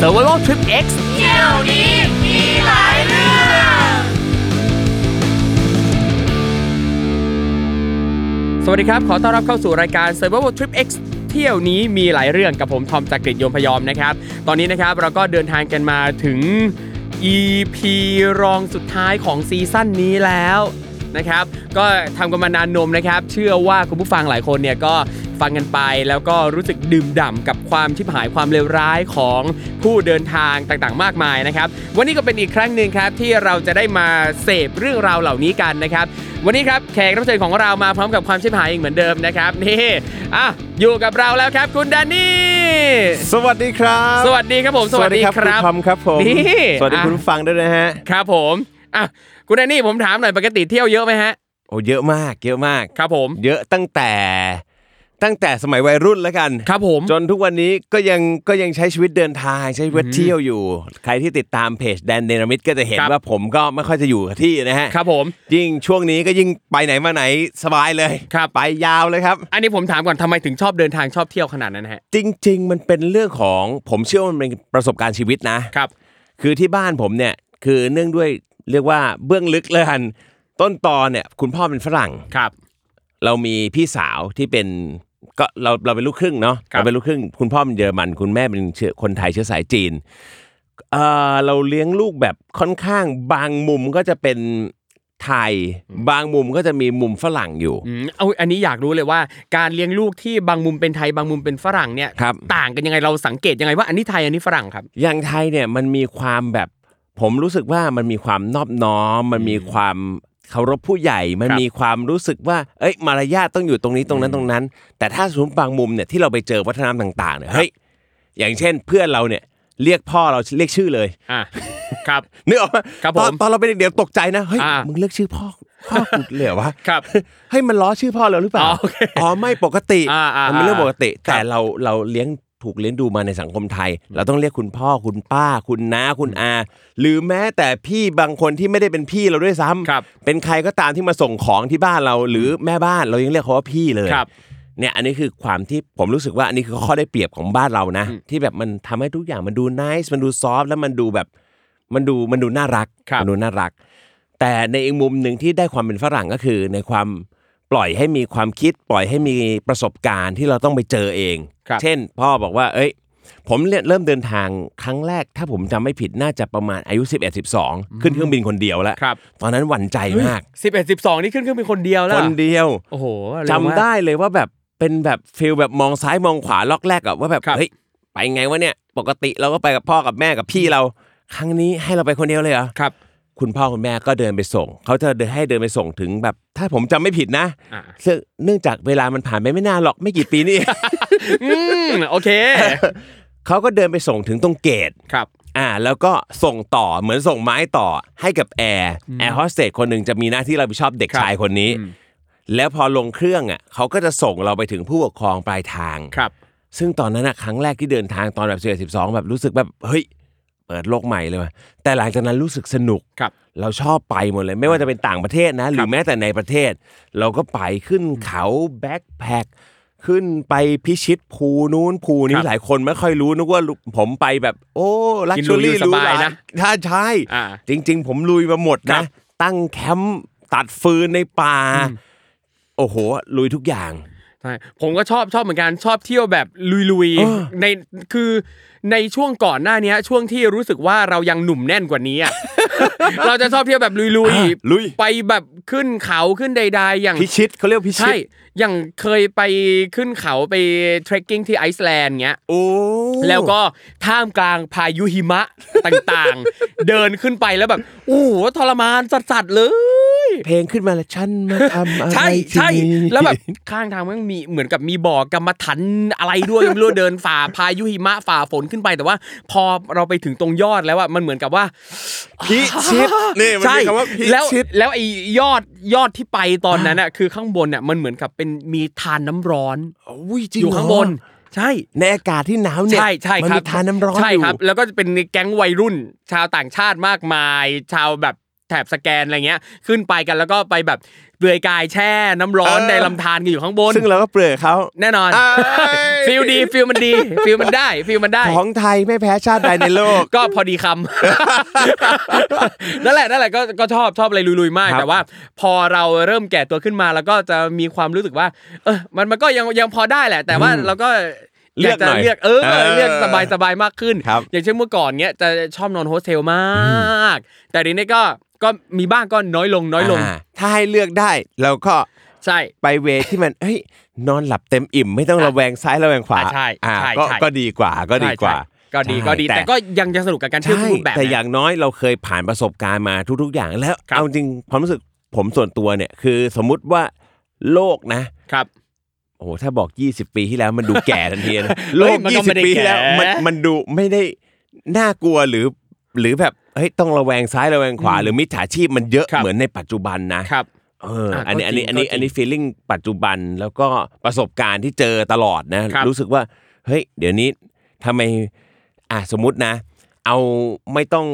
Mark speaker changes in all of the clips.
Speaker 1: Survival Trip X เที่ยวนี้มีหลายเรื่อง สวัสดีครับ ขอต้อนรับเข้าสู่รายการ Survival Trip X เที่ยวนี้มีหลายเรื่องกับผม ทอมจากกรีฑยมพยอมนะครับ ตอนนี้นะครับเราก็เดินทางกันมาถึง EP รองสุดท้ายของซีซั่นนี้แล้ว นะครับ ก็ทำกันมานานนมนะครับ เชื่อว่าคุณผู้ฟังหลายคนเนี่ยก็ฟังกันไปแล้วก็รู้สึกดื่มด่ำกับความชิบหายความเลวร้ายของผู้เดินทางต่างๆ มากมายนะครับ วันนี้ก็เป็นอีกครั้งหนึ่งครับที่เราจะได้มาเสพเรื่องราวเหล่านี้กันนะครับ วันนี้ครับแขกรับเชิญของเรามาพร้อมกับความชิบหายอีกเหมือนเดิมนะครับนี่อ่ะอยู่กับเราแล้วครับ คุณแดนนี่
Speaker 2: สวัสดีครับ
Speaker 1: สวัสดีครับผม
Speaker 2: สวัสดีครับคุณทอมครับผม
Speaker 1: นี่
Speaker 2: สวัสดีคุณ
Speaker 1: อ่ะ
Speaker 2: ผู้ฟังด้วยนะฮะ
Speaker 1: ครับผมอ่ะคุณแดนนี่ผมถามหน่อยปกติเที่ยวเยอะไหมฮะ
Speaker 2: โอ้เยอะมาก เยอะมาก
Speaker 1: ครับผม
Speaker 2: เยอะตั้งแต่ ตั้งแต่สมัยวัยรุ่นแล้วกัน
Speaker 1: ครับผม
Speaker 2: จนทุกวันนี้ก็ยังก็ยังใช้ชีวิตเดินทางใช้ชีวิตเที่ยวอยู่ ใครที่ติดตามเพจแดนเดนามิดก็จะเห็น
Speaker 1: ครับ
Speaker 2: ว่าผมก็ไม่ค่อยจะอยู่กับที่นะฮะ
Speaker 1: ครับผม
Speaker 2: ยิ่งช่วงนี้ก็ยิ่งไปไหนมาไหนสบายเลย
Speaker 1: ครับ
Speaker 2: ไปยาวเลยครับ
Speaker 1: อันนี้ผมถามก่อนทำไมถึงชอบเดินทางชอบเที่ยวขนาดนั้นฮะ
Speaker 2: จริง ๆ มันเป็นเรื่องของผมเชื่อว่ามันเป็นประสบการณ์ชีวิตนะ
Speaker 1: ครับ
Speaker 2: คือที่บ้านผมเนี่ยคือเนื่องด้วยเรียกว่าเบื้องลึกเลยกันต้นตอนเนี่ยคุณพ่อเป็นฝรั่ง
Speaker 1: ครับ
Speaker 2: เรามีพี่สาวที่เป็นก็เราเราเป็นลูกครึ่งเนาะ
Speaker 1: ครับ
Speaker 2: เราเป็นลูกครึ่ง คุณพ่อเป็นเยอรมัน คุณแม่เป็นเชื้อคนไทยเชื้อสายจีนเออเราเลี้ยงลูกแบบค่อนข้างบางมุมก็จะเป็นไทย บางมุมก็จะมีมุมฝรั่งอยู่
Speaker 1: อืมเอาอันนี้อยากรู้เลยว่าการเลี้ยงลูกที่บางมุมเป็นไทยบางมุมเป็นฝรั่งเนี่ย
Speaker 2: ครับ
Speaker 1: ต่างกันยังไงเราสังเกตยังไงว่าอันนี้ไทยอันนี้ฝรั่งครับ
Speaker 2: อย่างไทยเนี่ยมันมีความแบบผมรู้สึกว่ามันมีความนอบน้อม มันมีความเคารพผู้ใหญ่ มัน
Speaker 1: ครับ
Speaker 2: มีความรู้สึกว่า เอ้ยมารยาทต้องอยู่ตรงนี้ตรงนั้นตรงนั้น แต่ถ้าสมมติบางมุมเนี่ยที่เราไปเจอวัฒนธรรมต่างๆเนี่ยเฮ้ยอย่างเช่นเพื่อนเราเนี่ยเรียกพ่อเราเรียกชื่อเลย
Speaker 1: อ่ะครับ
Speaker 2: นึกออกไหม
Speaker 1: ครับ
Speaker 2: ตอน
Speaker 1: ผม
Speaker 2: ตอนเราเป็นเด็กๆตกใจนะเฮ้ย
Speaker 1: อ่ามึ
Speaker 2: มึงเรียกชื่อพ่อพ่อกูเลยเหรอวะ
Speaker 1: ครับ
Speaker 2: เฮ้ยมันล้อชื่อพ่อเราหรือเปล่า
Speaker 1: อ๋อโอเค
Speaker 2: อ๋อไม่ปกติ
Speaker 1: อ่าอ่า
Speaker 2: มันเป็นเรื่องปกติ
Speaker 1: ครับ
Speaker 2: แต่เราเราเลี้ยงถูกเลี้ยงดูมาในสังคมไทย เราต้องเรียกคุณพ่อคุณป้า คุณน้าคุณอา หรือแม้แต่พี่บางคนที่ไม่ได้เป็นพี่เราด้วยซ้ำ
Speaker 1: ครับ
Speaker 2: เป็นใครก็ตามที่มาส่งของที่บ้านเรา หรือแม่บ้านเรายังเรียกเขาว่าพี่เลย
Speaker 1: ครับ
Speaker 2: เนี่ยอันนี้คือความที่ผมรู้สึกว่าอันนี้คือข้อได้เปรียบของบ้านเรานะ ที่แบบมันทำให้ทุกอย่างมันดูน่ามันดูซอฟแล้วมันดูแบบมันดูมันดูน่ารัก
Speaker 1: ครับ
Speaker 2: มันดูน่ารัก แต่ในอีกมุมหนึ่งที่ได้ความเป็นฝรั่งก็คือในความปล่อยให้มีความคิดปล่อยให้มีประสบการณ์ที่เราต้องไปเจอเอง
Speaker 1: ครับ
Speaker 2: เช่น พ่อบอกว่า เอ้ย ผมเนี่ยเริ่มเดินทางครั้งแรก ถ้าผมจำไม่ผิดน่าจะประมาณอายุ 11 12 ขึ้นเครื่องบินคนเดียวแล้ว
Speaker 1: ครับ
Speaker 2: ตอนนั้นหวั่นใจมาก
Speaker 1: สิบเอ็ดสิบสองนี่ขึ้นเครื่องเป็นคนเดียวแล้ว
Speaker 2: คนเดียว
Speaker 1: โอ้โห
Speaker 2: จำ
Speaker 1: เร็วมาก
Speaker 2: ได้เลยว่าแบบเป็นแบบฟิลแบบมองซ้ายมองขวาล็อกแรกอะว่าแบบ
Speaker 1: ครับ
Speaker 2: เฮ้ยไปไงวะเนี่ยปกติเราก็ไปกับพ่อกับแม่กับพี่เรา ครั้งนี้ให้เราไปคนเดียวเลยเหรอ
Speaker 1: ครับ
Speaker 2: คุณพ่อคุณแม่ก็เดินไปส่ง เขาจะเดินให้เดินไปส่งถึงแบบ ถ้าผมจำไม่ผิดนะ
Speaker 1: อ่า
Speaker 2: ซึ่งเนื่องจากเวลามันผ่านไปไม่นานหรอกไม่กี่ปีนี่เอง
Speaker 1: อืมโอเค
Speaker 2: เขาก็เดินไปส่งถึงตรงเกต
Speaker 1: ครับ
Speaker 2: อ่า แล้วก็ส่งต่อเหมือนส่งไม้ต่อให้กับแอร์แอร์โฮสเตสคนหนึ่งจะมีหน้าที่รับผิดชอบเด็ก
Speaker 1: ครับ
Speaker 2: ชายคนนี้ แล้วพอลงเครื่องอ่ะเขาก็จะส่งเราไปถึงผู้ปกครองปลายทาง
Speaker 1: ครับ
Speaker 2: ซึ่งตอนนั้นนะครั้งแรกที่เดินทางตอนแบบสิบสองแบบรู้สึกแบบเฮ้ยเปิดโลกใหม่เลยว่ะแต่หลังจากนั้นรู้สึกสนุก
Speaker 1: ครับ
Speaker 2: เราชอบไปหมดเลยไม่ว่าจะเป็นต่างประเทศนะ หรือแม้แต่ในประเทศ เราก็ไปขึ้นเขาแบ็คแพคขึ้นไปพิชิตภูนู้นภู
Speaker 1: ค
Speaker 2: นี้
Speaker 1: รับ
Speaker 2: หลายคนไม่ค่อยรู้นึกว่าลุผมไปแบบ โอ้ลัก
Speaker 1: กินหรู
Speaker 2: ชัว
Speaker 1: อยู่
Speaker 2: รี่
Speaker 1: ส
Speaker 2: รู้
Speaker 1: บาย
Speaker 2: หล
Speaker 1: นะ
Speaker 2: ถ้าใช่
Speaker 1: อ่า
Speaker 2: จริง ๆ ผมลุยมาหมด
Speaker 1: ครั
Speaker 2: นะ
Speaker 1: บ
Speaker 2: ตั้งแคมป์ ตัดฟืนในป่า โอ้โห ลุยทุกอย่าง
Speaker 1: ใช่ผมก็ชอบชอบเหมือนกันชอบเที่ยวแบบลุย
Speaker 2: เออ
Speaker 1: ๆในคือในช่วงก่อนหน้าเนี้ย ช่วงที่รู้สึกว่าเรายังหนุ่มแน่นกว่านี้อะ เราจะชอบเที่ยวแบบลุย
Speaker 2: ลุย
Speaker 1: ๆไปแบบขึ้นเขาขึ้นใดๆอย่าง
Speaker 2: พิชิตเขาเรียกพิชิ
Speaker 1: ใช่
Speaker 2: ต
Speaker 1: อย่างเคยไปขึ้นเขาไปเทรคกิ้งที่ไอซ์แลนด์เงี้ย
Speaker 2: โอ้
Speaker 1: แล้วก็ท่ามกลางพายุหิมะ ต่างๆ เดินขึ้นไปแล้วแบบโอ้โหทรมานสัสๆเลย
Speaker 2: เพลงขึ้นมาแล้วฉันมาทำอะไร
Speaker 1: ใช่
Speaker 2: ที่
Speaker 1: ใช่
Speaker 2: นี่
Speaker 1: แล้วแบบข้างทางมันมีเหมือนกับมีบ่อกรรมฐานอะไรด้วยไม่รู้เดินฝ่าพายุหิมะฝ่าฝนขึ้นไปแต่ว่า พอเราไปถึงตรงยอดแล้วอะมันเหมือนกับว่า
Speaker 2: พิชิ ตนี่มัน
Speaker 1: ใช่
Speaker 2: มีคำว่าพิ
Speaker 1: แล้ว
Speaker 2: ชิต
Speaker 1: แล้วไอ้ยอดยอดที่ไปตอนนั้นอะคือข้างบนอะมันเหมือนกับเป็นมีทานน้ำร้อน
Speaker 2: อุ้ยจริง
Speaker 1: อยู่ข้างบน
Speaker 2: เหร
Speaker 1: ใช่
Speaker 2: ในอากาศที่หนาวเนี่ย
Speaker 1: ใช่ใช่
Speaker 2: มัน
Speaker 1: ครั
Speaker 2: มี
Speaker 1: บ
Speaker 2: ทานน้ำร้อน
Speaker 1: ใช่
Speaker 2: อยู่
Speaker 1: ครับ แล้วก็จะเป็นแก๊งวัยรุ่น ชาวต่างชาติมากมาย ชาวแบบแถบสแกนอะไรเงี้ย ขึ้นไปกันแล้วก็ไปแบบเปลือยกายแช่น้ำร้อนในลำธารกันอยู่ข้างบน
Speaker 2: ซึ่งเราก็เปลือยเขา
Speaker 1: แน่นอน
Speaker 2: เอ้ย
Speaker 1: ฟิลดีฟิลมันดีฟิลมันได้ฟิลมันได้
Speaker 2: ของไทยไม่แพ้ชาติใดในโลก
Speaker 1: ก็พอดีค ำ นั่นแหละนั่นแหละก็ก็ชอบชอบอะไรลุยๆมาก
Speaker 2: ครับ
Speaker 1: แต่ว่า พอเราเริ่มแก่ตัวขึ้นมา แล้วก็จะมีความรู้สึกว่า เออมันมันก็ยังยังพอได้แหละ แต่ว่าเราก็
Speaker 2: เลือก
Speaker 1: าจะ
Speaker 2: หน่อย
Speaker 1: เลือกเออ
Speaker 2: เออ
Speaker 1: เลือกสบายสบายมากขึ้น
Speaker 2: ครับ
Speaker 1: อย่างเช่นเมื่อก่อนเนี้ยจะชอบนอนโฮสเทลมาก แต่เดี๋ยวนี้ก็ก็มีบ้างก็น้อยลงน้อยลง
Speaker 2: อ่าถ้าให้เลือกได้เราก็
Speaker 1: ใช่
Speaker 2: ไปเวที่มันเฮ้ยนอนหลับเต็มอิ่ม ไม่ต้องระแวงซ้ายระแวงขวา
Speaker 1: อ่าใช่
Speaker 2: อ่า
Speaker 1: ใช่
Speaker 2: ก็
Speaker 1: ใช่
Speaker 2: ก็ดีกว่าก็ดีกว่า
Speaker 1: ใช่ใช่ก็ดีก็ดี
Speaker 2: ใช่
Speaker 1: แต่ก็ยังจะสนุกกับการเที่ยว
Speaker 2: ใช่
Speaker 1: ทุกรูปแบบ
Speaker 2: แต่
Speaker 1: นะ
Speaker 2: อย่างน้อยเราเคยผ่านประสบการณ์มาทุก ๆ อย่างแล้ว
Speaker 1: ครับ
Speaker 2: เอาจริงความรู้สึกผมส่วนตัวเนี่ยคือสมมุติว่าโลกนะ
Speaker 1: ครับ
Speaker 2: โอ้โหถ้าบอก 20 ปีที่แล้วมันดูแก่ทันทีนะ โลก
Speaker 1: มันก็ไม่ได้
Speaker 2: 20 ปีที่แล้ว
Speaker 1: แก่
Speaker 2: มันมันดูไม่ได้น่ากลัวหรือ หรือแบบเฮ้ยต้องระแวงซ้ายระแวงขวา หรือมิจฉาชีพมันเยอะเหมือนในปัจจุบันนะครับ เออ
Speaker 1: อ่ะ
Speaker 2: อันนี้
Speaker 1: ก็
Speaker 2: อัน
Speaker 1: จริ
Speaker 2: นี้
Speaker 1: ง
Speaker 2: อันนี้อั
Speaker 1: ก็จริง
Speaker 2: นนี้ feeling ปัจจุบันแล้วก็ประสบการณ์ที่เจอตลอดนะ
Speaker 1: ครับ
Speaker 2: รู้สึกว่าเฮ้ยเดี๋ยวนี้ทำไมอ่ะสมมตินะ เอาไม่ต้อง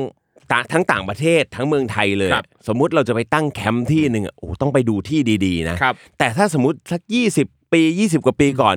Speaker 2: ตะทั้งต่างประเทศทั้งเมืองไทยเลย
Speaker 1: ครับ
Speaker 2: สมมุติเราจะไปตั้งแคมป์ที่หนึ่งอ่ะโอ้โหต้องไปดูที่ดีๆนะ
Speaker 1: ครับ
Speaker 2: แต่ถ้าสมมติสักยี่สิบปียี่สิบกว่าปีก่อน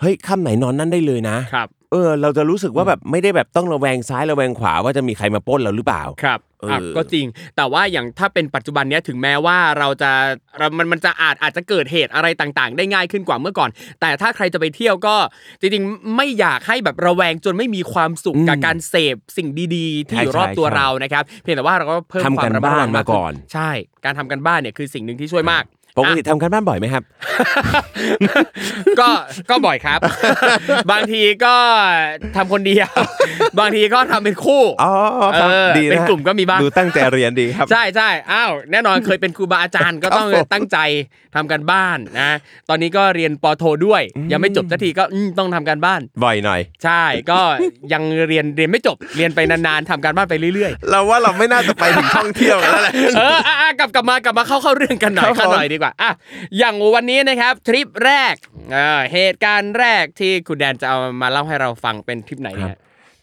Speaker 2: เฮ้ยค่ำไหนนอนนั่นได้เลยนะครับ เออ เราจะรู้สึกว่าแบบไม่ได้แบบต้องระแวงซ้ายระแวงขวาว่าจะมีใครมาปล้นเราหรือเปล่า
Speaker 1: ครับอ่ะ
Speaker 2: เออ
Speaker 1: ก็จริง แต่ว่าอย่างถ้าเป็นปัจจุบันเนี้ยถึงแม้ว่าเราจะเรามันมันจะอาจอาจจะเกิดเหตุอะไรต่างๆ ได้ง่ายขึ้นกว่าเมื่อก่อน แต่ถ้าใครจะไปเที่ยวก็จริงๆ ไม่อยากให้แบบระแวงจนไม่มีความสุขกับการเสพสิ่งดีๆ ที่อยู่รอบ
Speaker 2: ใช่
Speaker 1: ตัว
Speaker 2: ใช่
Speaker 1: เรานะครับ เพียงแต่ว่าเราก็เพิ่ม
Speaker 2: ทำ
Speaker 1: ควา
Speaker 2: กั
Speaker 1: ม
Speaker 2: น
Speaker 1: ระมัดระวัง
Speaker 2: บ้านมาก่อน
Speaker 1: ขึ้ใช่ การทำกันบ้านเนี่ยคือสิ่งหนึ่งที่ช่วยมาก
Speaker 2: ปกติทำกันบ้านบ่อยไหมครับ
Speaker 1: ก็ก็บ่อย ครับ บางทีก็ทำคนเดียว บางทีก็ทำเป็นคู่
Speaker 2: อ๋อครับ
Speaker 1: เออ
Speaker 2: ดีนะ
Speaker 1: เป็นกลุ่มก็มีบ้าง
Speaker 2: ดูตั้งใจเรียนดีครับ
Speaker 1: ใช่ใช่อ้าวแน่ นอนเคยเป็นครูบาอาจารย์ก็ต้อ
Speaker 2: ค
Speaker 1: ง
Speaker 2: รับผม
Speaker 1: ตั้งใจทำกันบ้านนะ ตอนนี้ก็เรียนปอโทด้วย ยังไม่จบสักทีก็อืมต้องทำการบ้าน
Speaker 2: บ่อยหน่อย
Speaker 1: ใช่ก็ ยังเรียนเรียนไม่จบเรียนไปนานๆทำการบ้านไปเรื่อย
Speaker 2: เราว่าเราไม่น่าจะไปถึงท่องเที่ยวแล้วแหละ
Speaker 1: ๆ เอออ่ะอ่ะกลับกลับมากลับมาเข้าเข้าเรื่องกันหน่อย
Speaker 2: ครับผม
Speaker 1: เข้าหน่อยดีกว่าอ่ะอย่างวันนี้นะครับทริปแรกอ่าเหตุการณ์แรกที่คุณแดนจะเอามาเล่าให้เราฟังเป็นทริปไหนเนี่ย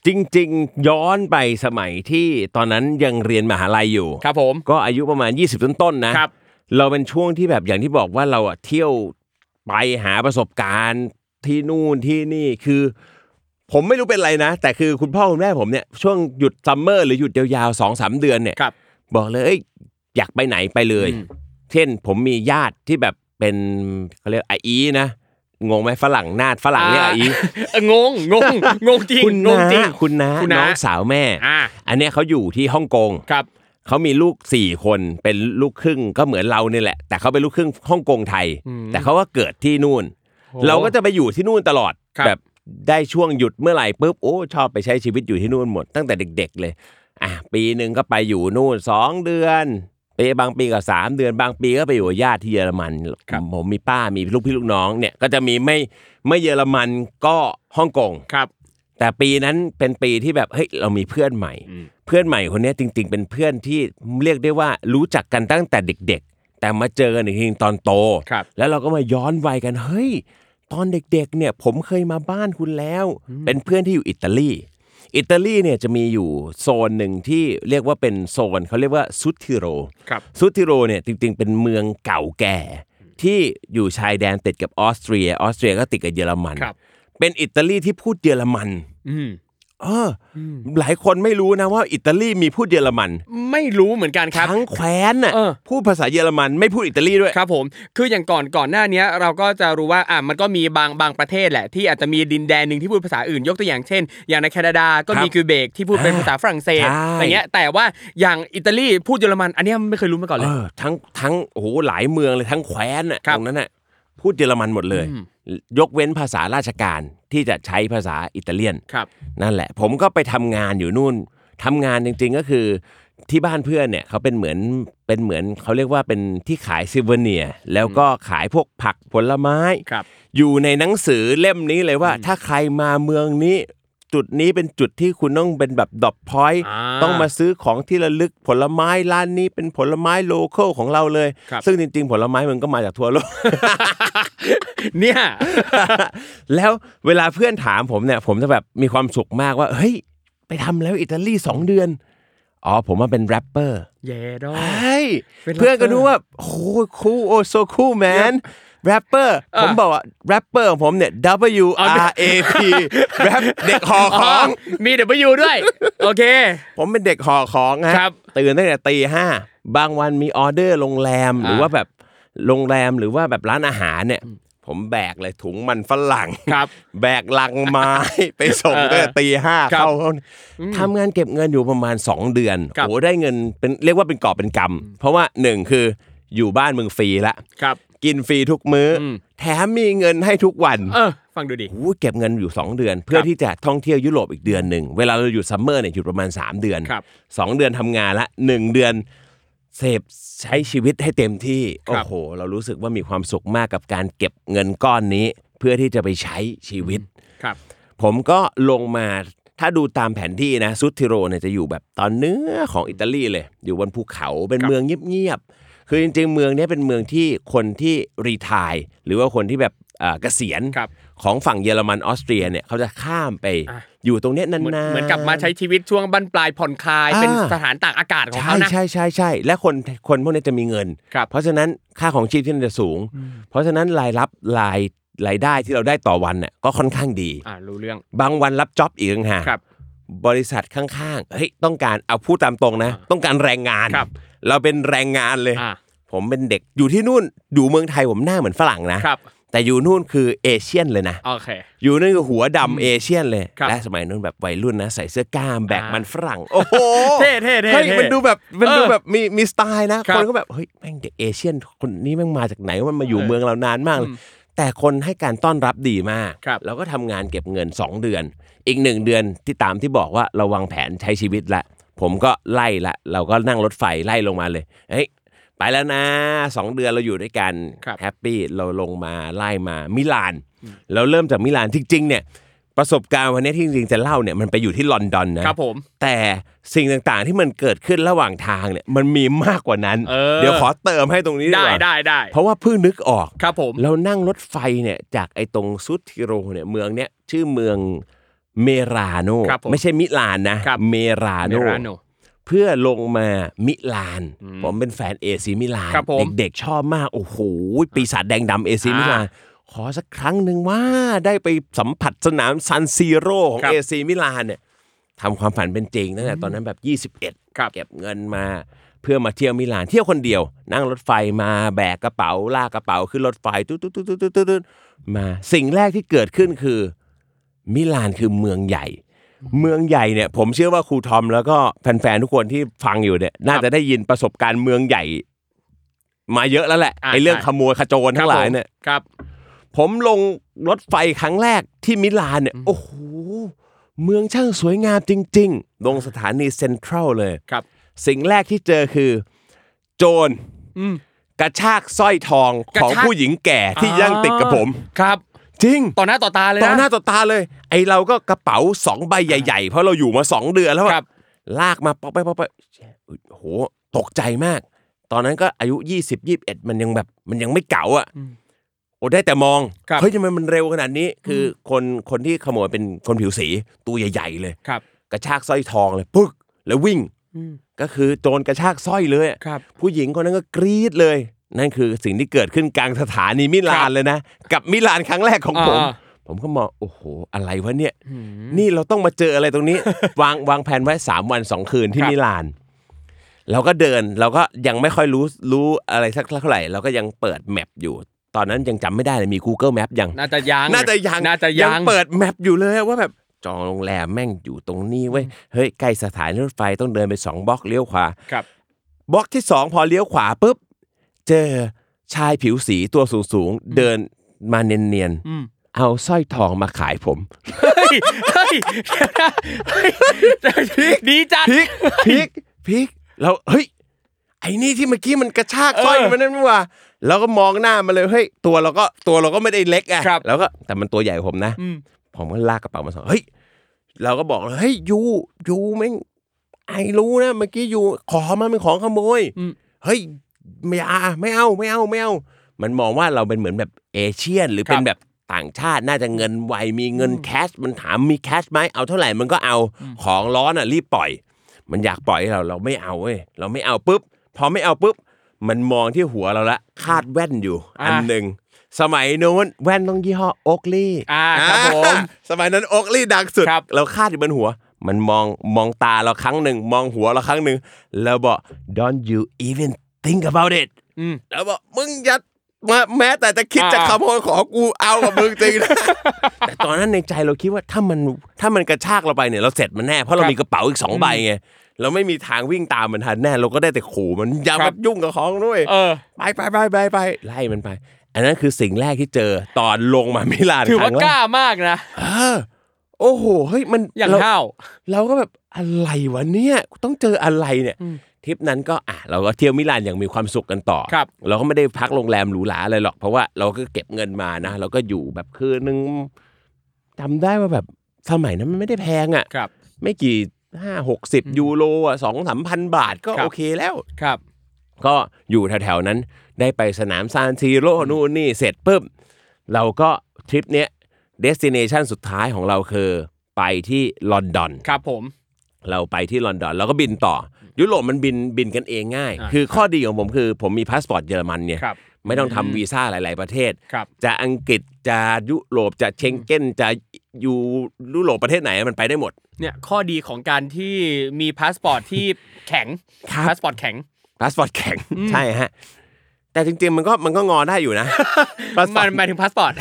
Speaker 2: จริง ๆ ย้อนไปสมัยที่ตอนนั้นยังเรียนมหาลัยอยู่
Speaker 1: ครับผม
Speaker 2: ก็อายุประมาณ 20 ต้นๆนะ
Speaker 1: ครับ
Speaker 2: เราเป็นช่วงที่แบบอย่างที่บอกว่าเราอะเที่ยวไปหาประสบการณ์ที่นู่นที่นี่คือ ผมไม่รู้เป็นไรนะ แต่คือคุณพ่อคุณแม่ผมเนี่ยช่วงหยุดซัมเมอร์หรือหยุดยาวๆสองสามเดือนเนี่ย
Speaker 1: ครับ
Speaker 2: บอกเลยเอ้ยอยากไปไหนไปเลย เช่นผมมีญาติที่แบบเป็นเขาเรียกอาอีนะงงไหมฝรั่งนาดฝรั่งเรียกอาอี
Speaker 1: เอองงงงงงจริง
Speaker 2: คุณ
Speaker 1: งง
Speaker 2: น้า
Speaker 1: จริง
Speaker 2: คุณน้า
Speaker 1: คุณน้า
Speaker 2: น้องสาวแม่
Speaker 1: อ่ะ
Speaker 2: อันเนี้ยเขาอยู่ที่ฮ่องกง
Speaker 1: ครับ
Speaker 2: เขามีลูกสี่คนเป็นลูกครึ่งก็เหมือนเราเนี่ยแหละ แต่เขาเป็นลูกครึ่งฮ่องกงไทย
Speaker 1: อืม
Speaker 2: แต่เขาก็เกิดที่นู่น เราก็จะไปอยู่ที่นู่นตลอด
Speaker 1: ครับ
Speaker 2: แบบได้ช่วงหยุดเมื่อไหร่ปุ๊บโอ้ชอบไปใช้ชีวิตอยู่ที่นู่นหมด ตั้งแต่เด็ก ๆ เลยอ่ะปีหนึ่งก็ไปอยู่นู่นสองเดือนปีบางปีก็สามเดือนบางปีก็ไปอยู่กับญาติที่เยอรมัน
Speaker 1: ครับ
Speaker 2: ผมมีป้ามีลูกพี่ลูกน้องเนี่ยก็จะมีไม่ไม่เยอรมันก็ฮ่องกง
Speaker 1: ครับ
Speaker 2: แต่ปีนั้นเป็นปีที่แบบเฮ้ยเรามีเพื่อนใหม่
Speaker 1: อืม
Speaker 2: เพื่อนใหม่คนเนี้ยจริง ๆ เป็นเพื่อนที่เรียกได้ว่ารู้จักกันตั้งแต่เด็ก ๆ แต่มาเจอกันอีกทีตอนโต
Speaker 1: ครับ
Speaker 2: แล้วเราก็มาย้อนวัยกันเฮ้ยตอนเด็กๆเนี่ยผมเคยมาบ้านคุณแล้ว เป็นเพื่อนที่อยู่อิตาลีอิตาลีเนี่ยจะมีอยู่โซนหนึ่งที่เรียกว่าเป็นโซนเขาเรียกว่าซุติโร
Speaker 1: ครับ
Speaker 2: ซูติโรเนี่ยจริงๆ เป็นเมืองเก่าแก่ ที่อยู่ชายแดนติดกับออสเตรีย ออสเตรียก็ติดกับเยอรมัน
Speaker 1: ครับ
Speaker 2: เป็นอิตาลีที่พูดเยอรมัน
Speaker 1: อืม
Speaker 2: เ เอออหลายคนไม่รู้นะว่าอิตาลีมีพูดเยอรมัน
Speaker 1: ไม่รู้เหมือนกันครับ
Speaker 2: ทั้งแคว้นน่ะ
Speaker 1: เออ
Speaker 2: พูดภาษาเยอรมันไม่พูดอิตาลีด้วย
Speaker 1: ครับผมคืออย่างก่อนก่อนหน้าเนี้ยเราก็จะรู้ว่าอ่ะมันก็มีบางบางประเทศแหละ ที่อาจจะมีดินแดนหนึ่งที่พูดภาษาอื่นยกตัวอย่างเช่น อย่างในแคนาดาก็มี
Speaker 2: ครับ
Speaker 1: กิวเบกที่พูดเป็นภาษาฝรั่งเศส
Speaker 2: ใช่
Speaker 1: อย่างเงี้ยแต่ว่าอย่างอิตาลีพูดเยอรมัน อันเนี้ยไม่เคยรู้มาก่อนเล
Speaker 2: เอย อทั้งทั้งโอ้โหหลายเมืองเลยทั้งแคว้นน่ะ
Speaker 1: ครั
Speaker 2: ต
Speaker 1: บ
Speaker 2: รงนั้นน่ะพูดเยอรมันหมดเลย
Speaker 1: อืม
Speaker 2: ยกเว้นภาษาราชการที่จะใช้ภาษาอิตาเลียน
Speaker 1: ครับ
Speaker 2: นั่นแหละ ผมก็ไปทำงานอยู่นู่นทำงานจริงๆก็คือที่บ้านเพื่อนเนี่ยเขาเป็นเหมือนเป็นเหมือนเขาเรียกว่าเป็นที่ขายซิเวเนียร์แล้วก็ขายพวกผักผลไม้
Speaker 1: ครับ
Speaker 2: อยู่ในหนังสือเล่มนี้เลยว่า ถ้าใครมาเมืองนี้ จุดนี้เป็นจุดที่คุณต้องเป็นแบบดอปพอยต์
Speaker 1: อ่า
Speaker 2: ต้องมาซื้อของที่ระลึกผลไม้ร้านนี้เป็นผลไม้โลเคอลของเราเลย
Speaker 1: ครับ
Speaker 2: ซึ่งจริงๆ ผลไม้มันก็มาจากทั่วโลก
Speaker 1: เนี่ย
Speaker 2: แล้วเวลาเพื่อนถามผมเนี่ย ผมจะแบบมีความสุขมากว่า เฮ้ย ไปทำแล้วอิตาลีสองเดือน อ๋อ ผมว่าเป็นแรปเปอร์
Speaker 1: เยดอ
Speaker 2: ใช่
Speaker 1: เป็น
Speaker 2: เพื่อนก็
Speaker 1: rapper
Speaker 2: รู้ว่าโอ้คูโอโซคูแมนแรปเปอร์ผมบอกว่าแรปเปอร์ของผมเนี่ย W R A P แรปเด็กหอ
Speaker 1: อ๋อ
Speaker 2: ของ
Speaker 1: มี W ด้วย โอเค
Speaker 2: ผมเป็นเด็กหอของฮะ
Speaker 1: ครับ
Speaker 2: ตื่นตั้งแต่ตีห้าบางวันมีออเดอร์โรงแรมหรือว่าแบบโรงแรมหรือว่าแบบร้านอาหารเนี่ย ผมแบกเลยถุงมันฝรั่ง
Speaker 1: ครับ
Speaker 2: แบกลังไม้ ไปส่ง
Speaker 1: เอ
Speaker 2: ตั้ง
Speaker 1: อ
Speaker 2: แต่ตีห้า
Speaker 1: ครับ
Speaker 2: เข้าห้องทำงานเก็บเงินอยู่ประมาณ 2 เดือน
Speaker 1: ครับ
Speaker 2: โอ้โหได้เงินเป็นเรียกว่าเป็นกอบเป็นกำเพราะว่าหนึ่งคืออยู่บ้านมึงฟรีละ
Speaker 1: ครับ
Speaker 2: กินฟรีทุกมื้ออ
Speaker 1: ม
Speaker 2: แถมมีเงินให้ทุกวัน
Speaker 1: เออ ฟังดูดิ
Speaker 2: โอ้โหเก็บเงินอยู่ 2 เดือน เพื่อที่จะท่องเที่ยวยุโรปอีกเดือนหนึ่ง เวลาเราหยุดซัมเมอร์เนี่ยหยุดประมาณ 3 เดือน
Speaker 1: ครับ
Speaker 2: 2 เดือนทำงานละ 1 เดือนเสพใช้ชีวิตให้เต็มที่
Speaker 1: ครั
Speaker 2: โอ้
Speaker 1: บ
Speaker 2: โห เรารู้สึกว่ามีความสุขมากกับการเก็บเงินก้อนนี้ เพื่อที่จะไปใช้ชีวิต
Speaker 1: ครับ
Speaker 2: ผมก็ลงมาถ้าดูตามแผนที่นะซุติโรเนี่ยจะอยู่แบบตอนเนื้อของอิตาลีเลย อยู่บนภูเขาเป็น
Speaker 1: ครับ
Speaker 2: เมืองเงียบๆคือจริงๆ เมืองเนี้ยเป็นเมืองที่คนที่รีทายหรือว่าคนที่แบบเอ่อเกษียณ
Speaker 1: ครับ
Speaker 2: ของฝั่งเยอรมันออสเตรียเนี่ยเขาจะข้ามไป
Speaker 1: อ่ะ
Speaker 2: อยู่ตรงเนี้ยนาน
Speaker 1: เหมือน
Speaker 2: ๆ
Speaker 1: เหมือนกลับมาใช้ชีวิตช่วงบั้นปลายผ่อนคลาย
Speaker 2: อ่า
Speaker 1: เป็นสถานตากอากาศของ
Speaker 2: ใช่
Speaker 1: เขานะ
Speaker 2: ใช่ใช่ใช่และคนคนพวกนี้จะมีเงิน
Speaker 1: ครับ
Speaker 2: เพราะฉะนั้นค่าของชีพที่นั่นจะสูง เพราะฉะนั้นรายรับรายรายได้ที่เราได้ต่อวันน่ะก็ค่อนข้างดี
Speaker 1: อ่ารู้เรื่อง
Speaker 2: บางวันรับจ็อบอีกต่างหาก
Speaker 1: ครับ
Speaker 2: บริษัทข้างๆ เฮ้ยต้องการเอาพูดตามตรงนะ ต้องการแรงงาน
Speaker 1: ครับ
Speaker 2: เราเป็นแรงงานเลย
Speaker 1: อ่า
Speaker 2: ผมเป็นเด็กอยู่ที่นู่นอยู่เมืองไทยผมหน้าเหมือนฝรั่งนะ
Speaker 1: ครับ
Speaker 2: แต่อยู่นู่นคือเอเชียนเลยนะ
Speaker 1: โอเค
Speaker 2: อยู่นั่นคือหัวดำเอเชียนเลย
Speaker 1: ครับ
Speaker 2: และสมัยนู้นแบบวัยรุ่นนะ ใส่เสื้อกล้ามแบก
Speaker 1: อ่ามั
Speaker 2: มันฝรั่ง โอ้โห
Speaker 1: เท่เท่เท่
Speaker 2: ฮ้ย
Speaker 1: เท่
Speaker 2: มันดูแบบมันดูแบบมีมีสไตล์นะ
Speaker 1: ครั
Speaker 2: ค
Speaker 1: บ
Speaker 2: นก็แบบเฮ้ยแม่งเด็กเอเชียนคนนี้แม่งมาจากไหนวะมันมาอยู่เมืองเรานานมากเลย แต่คนให้การต้อนรับดีมาก
Speaker 1: ครับ
Speaker 2: แล้วก็ทำงานเก็บเงิน 2 เดือน อีกหนึ่งเดือนที่ตามที่บอกว่าเราวางแผนใช้ชีวิตละ ผมก็ไล่ละ เราก็นั่งรถไฟไล่ลงมาเลยเฮ้ยไปแล้วนะสองเดือนเราอยู่ด้วยกัน
Speaker 1: ครับ
Speaker 2: แฮปปี้เราลงมาไล่มามิลานเราเริ่มจากมิลานจริงๆเนี่ยประสบการณ์วันนี้ที่จริงๆจะเล่าเนี่ยมันไปอยู่ที่ลอนดอนนะครับ
Speaker 1: ผม
Speaker 2: แต่สิ่งต่างๆที่มันเกิดขึ้นระหว่างทางเนี่ยมันมีมากกว่านั้น
Speaker 1: เออ
Speaker 2: ยวขอเติมให้ตรงนี้
Speaker 1: ได้
Speaker 2: กว่า
Speaker 1: ได้ได้
Speaker 2: เพราะว่าเพิ่งนึกออก
Speaker 1: ครับผม
Speaker 2: เรานั่งรถไฟเนี่ยจากไอ้ตรงซุดทิโรเนี่ยเมืองเนี่ยชื่อเมืองเมราโน
Speaker 1: ครับผม
Speaker 2: ไม่ใช่มิลานนะครับ เมรา
Speaker 1: เม
Speaker 2: โน
Speaker 1: ราโน
Speaker 2: เพื่อลงมามิลาน ผมเป็นแฟนเอซีมิลาน
Speaker 1: ครับผม
Speaker 2: เด็กๆชอบมาก โอ้โห ปีศาจแดงดำเอซี
Speaker 1: อ่ามิ
Speaker 2: มิลาน ขอสักครั้งหนึ่งว่าได้ไปสัมผัสสนามซันซีโร่ของ
Speaker 1: ครับ
Speaker 2: เอซีมิลานเนี่ยทำความฝันเป็นจริงตั้งแต่ตอนนั้นแบบ 21
Speaker 1: ครับ
Speaker 2: เก็บเงินมาเพื่อมาเที่ยวมิลาน เที่ยวคนเดียว นั่งรถไฟมาแบกกระเป๋าลากกระเป๋าขึ้นรถไฟตุ๊ดตุ๊ดตุ๊ดตุ๊ดตุ๊ดตุ๊ดมาสิ่งแรกที่เกิดขึ้นคือ มิลานคือเมืองใหญ่ เมืองใหญ่เนี่ยผมเชื่อว่าครูทอมแล้วก็แฟนๆทุกคนที่ฟังอยู่เนี่ยน่าจะได้ยินประสบการณ์เมืองใหญ่ มาเยอะแล้วแหละ
Speaker 1: อ่า
Speaker 2: ไอ้เรื่อง
Speaker 1: ใช่
Speaker 2: ขโมยขโจรทั้งหลายเนี่ย
Speaker 1: ครับ
Speaker 2: ผมลงรถไฟครั้งแรกที่มิลานเนี่ยโอ้โหเมืองช่างสวยงามจริง ๆ ลงสถานีเซ็นทรัลเลย
Speaker 1: ครับ
Speaker 2: สิ่งแรกที่เจอคือ โจร
Speaker 1: อืม
Speaker 2: กระชากสร้อยทอง
Speaker 1: กระ
Speaker 2: ของ
Speaker 1: ชาก
Speaker 2: ผู้หญิงแก่ที่
Speaker 1: อ่า
Speaker 2: ยั่งติดกับผม
Speaker 1: ครับ
Speaker 2: จริง
Speaker 1: ต่อหน้าต่อตาเลยนะ
Speaker 2: ต่อหน้าต่อตาเลย ไอเราก็กระเป๋าสองใบใหญ่ ๆ เพราะเราอยู่มาสองเดือนแล้วอะ
Speaker 1: ครับ
Speaker 2: ลากมาป๊อกไปป๊อกไปโอ้โห ตกใจมาก ตอนนั้นก็อายุ 20 21 มันยังแบบมันยังไม่เก่าอ่ะโอ้ได้แต่มอง
Speaker 1: ครับ
Speaker 2: เฮ้ยทำไมมันเร็วขนาดนี้ คืออคนคนที่ขโมยเป็นคนผิวสีตัวใหญ่ ๆ เลย
Speaker 1: ครับ
Speaker 2: กระชากสร้อยทองเลยปึ๊กแล้ววิ่งก็คือโจรกระชากสร้อยเลยอะ
Speaker 1: ครับ
Speaker 2: ผู้หญิงคนนั้นก็กรี๊ดเลย นั่นคือสิ่งที่เกิดขึ้นกลางสถานีมิลานเลยนะ กับมิลานครั้งแรกของผม
Speaker 1: อ่า
Speaker 2: ผมก็มองโอ้โหอะไรวะเนี่ย นี่เราต้องมาเจออะไรตรงนี้ วางวางแผนไว้สามวันสองคืนที่
Speaker 1: ครับ
Speaker 2: มิลาน เราก็เดินเราก็ยังไม่ค่อยรู้รู้อะไรสักเท่าไหร่ เราก็ยังเปิดแมปอยู่ ตอนนั้นยังจำไม่ได้เลยมี Google Map ยัง
Speaker 1: น่าจะยัง
Speaker 2: น่าจะยัง
Speaker 1: น่าจะยัง
Speaker 2: เปิดแมปอยู่เลยว่าแบบจองโรงแรมแม่งอยู่ตรงนี้เว้ยเฮ้ยใกล้สถานีรถไฟต้องเดินไปสองบล็อกเลี้ยวขวา
Speaker 1: ครับ
Speaker 2: บล็อกที่สองพอเลี้ยวขวาปุ๊บเจอชายผิวสีตัวสูงสูงๆเดินมาเนียน
Speaker 1: อืม
Speaker 2: ๆเอาสร้อยทองมาขายผม
Speaker 1: เฮ้ยเฮ้ยเฮ้ยดีจัด
Speaker 2: พลิ กพลิกพลิกแล้วเฮ้ยไอ้นี่ที่เมื่อกี้มันกระชากสร้อย
Speaker 1: เออ
Speaker 2: มันนั่นนี่หว่าเราก็มองหน้ามันเลยเฮ้ยตัวเราก็ตัวเราก็ไม่ได้เล็กอะ
Speaker 1: ครับ
Speaker 2: แล้วก็แต่มันตัวใหญ่กว่าผมนะ
Speaker 1: อืม
Speaker 2: ผมก็ลากกระเป๋ามาสองเฮ้ย เราก็บอกเลยเฮ้ยยูยูแม่งไอรู้นะเมื่อกี้ยูขอมันเป็นของขโมย
Speaker 1: อืม
Speaker 2: เฮ้ยไม่เอาไม่เอาไม่เอาไม่เอา มันมองว่าเราเป็นเหมือนแบบเอเชียน หรือเป็นแบบต่างชาติน่าจะเงินไวมีเงินแคชมันถามมีแคชไหมเอาเท่าไหร่มันก็เอาของร้อนอ่ะรีบปล่อย มันอยากปล่อยให้เราเราไม่เอาเว้ยเราไม่เอาปุ๊บพอไม่เอาปุ๊บ มันมองที่หัวเราละคาดแว่นอยู่ อันหนึ่งสมัยโน้นแว่นต้องยี่ห้อโอกลี่
Speaker 1: อ่าครับผม
Speaker 2: อ่าสมัยนั้นโอกลี่ดังสุด
Speaker 1: ครับ
Speaker 2: เราคาดอยู่บนหัว มันมองมองตาเราครั้งหนึ่ง มองหัวเราครั้งหนึ่ง แล้วบอก don't you even think about it
Speaker 1: อืม
Speaker 2: แล้วบอกมึงอย่ามาแม้แต่จะคิด
Speaker 1: อ่า
Speaker 2: จะขโมยของกูเอากับมึงจริงนะ แต่ตอนนั้นในใจเราคิดว่าถ้ามันถ้ามันกระชากเราไปเนี่ยเราเสร็จมันแน่เพราะเรามีกระเป๋าอีกสองใบไงเราไม่มีทางวิ่งตามมันทันแน่ เราก็ได้แต่ขู่มันอย่า
Speaker 1: ครั
Speaker 2: มา
Speaker 1: บ
Speaker 2: ยุ่งกับของด้วย
Speaker 1: เออ
Speaker 2: ไปไปไปไปไปไล่มันไป อันนั้นคือสิ่งแรกที่เจอตอนลงมามิลาน
Speaker 1: ถือ
Speaker 2: ค
Speaker 1: ว่า
Speaker 2: รั้งแร
Speaker 1: ก
Speaker 2: ก
Speaker 1: ล้ามากนะ
Speaker 2: เออโอ้โหเฮ้ยมัน
Speaker 1: อย่าง
Speaker 2: เร
Speaker 1: ห้าว
Speaker 2: เราก็แบบอะไรวะเนี่ยต้องเจออะไรเนี่ยทริปนั้นก็อ่ะเราก็เที่ยวมิลานอย่างมีความสุขกันต่อ
Speaker 1: ครับ
Speaker 2: เราก็ไม่ได้พักโรงแรมหรูหราอะไรหรอก เพราะว่าเราก็เก็บเงินมานะ เราก็อยู่แบบคืนนึงจำได้ว่าแบบสมัยนั้นมันไม่ได้แพงอ่ะ
Speaker 1: ครับ
Speaker 2: ไม่กี่ห้าหกสิบยูโรอ่ะสองสามพันบาทก็
Speaker 1: ครับ
Speaker 2: โอเคแล้ว
Speaker 1: ครับ
Speaker 2: ก็อยู่แถวๆนั้นได้ไปสนามซานซีโร่นู่นนี่เสร็จปุ๊บเราก็ทริปเนี้ยเดสติเนชันสุดท้ายของเราคือไปที่ลอนดอน
Speaker 1: ครับผม
Speaker 2: เราไปที่ลอนดอนเราก็บินต่อ ยุโรปมันบินบินกันเองง่าย
Speaker 1: อ่า
Speaker 2: คือข้อดีของผมคือ ผมมีพาสปอร์ตเยอรมันเนี่ย
Speaker 1: ครับ
Speaker 2: ไม่ต้องทำวีซ่าหลาย ๆประเทศ
Speaker 1: ครับ
Speaker 2: จะอังกฤษจะยุโรปจะเชงเก้นจะอยู่ยุโรปประเทศไหนมันไปได้หมด
Speaker 1: เนี่ยข้อดีของการที่มีพาสปอร์ตที่แข็ง
Speaker 2: ครับ
Speaker 1: พาสปอร์ตแข็ง
Speaker 2: พาสปอร์ตแข็งใช่ฮะแต่จริงๆมันก็มันก็งอได้อยู่นะพาสปอ
Speaker 1: มั
Speaker 2: ร์
Speaker 1: น
Speaker 2: ต
Speaker 1: หมายถึงพาสปอร์ต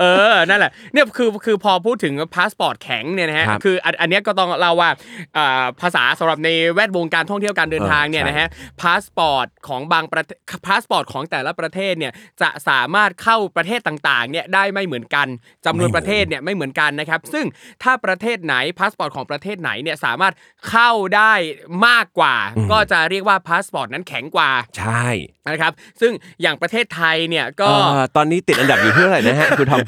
Speaker 1: เออ นั่นแหละ เนี่ยคือคือพอพูดถึงพาสปอร์ตแข็งเนี่ยนะฮะ
Speaker 2: ครับ
Speaker 1: คืออันอันเนี้ยก็ต้องเล่าว่าอ่าภาษาสำหรับในแวดวงการท่องเที่ยวการเดิน
Speaker 2: เออ
Speaker 1: ทางเนี่ย
Speaker 2: ใช่
Speaker 1: นะฮะ พาสปอร์ตของบางประเทศพาสปอร์ตของแต่ละประเทศเนี่ยจะสามารถเข้าประเทศต่างๆเนี่ยได้ไม่เหมือนกันจำนวนประเทศเนี่ยไม่เหมือนกันนะครับ ซึ่งถ้าประเทศไหนพาสปอร์ตของประเทศไหนเนี่ยสามารถเข้าได้มากกว่า
Speaker 2: อืม
Speaker 1: ก็จะเรียกว่าพาสปอร์ตนั้นแข็งกว่า
Speaker 2: ใช่
Speaker 1: นะครับ ซึ่งอย่างประเทศไทยเนี่ยก็
Speaker 2: เอ่อตอนนี้ติดอันดับอยู่ที่เท่าไหร่นะ ฮะ คุณทอม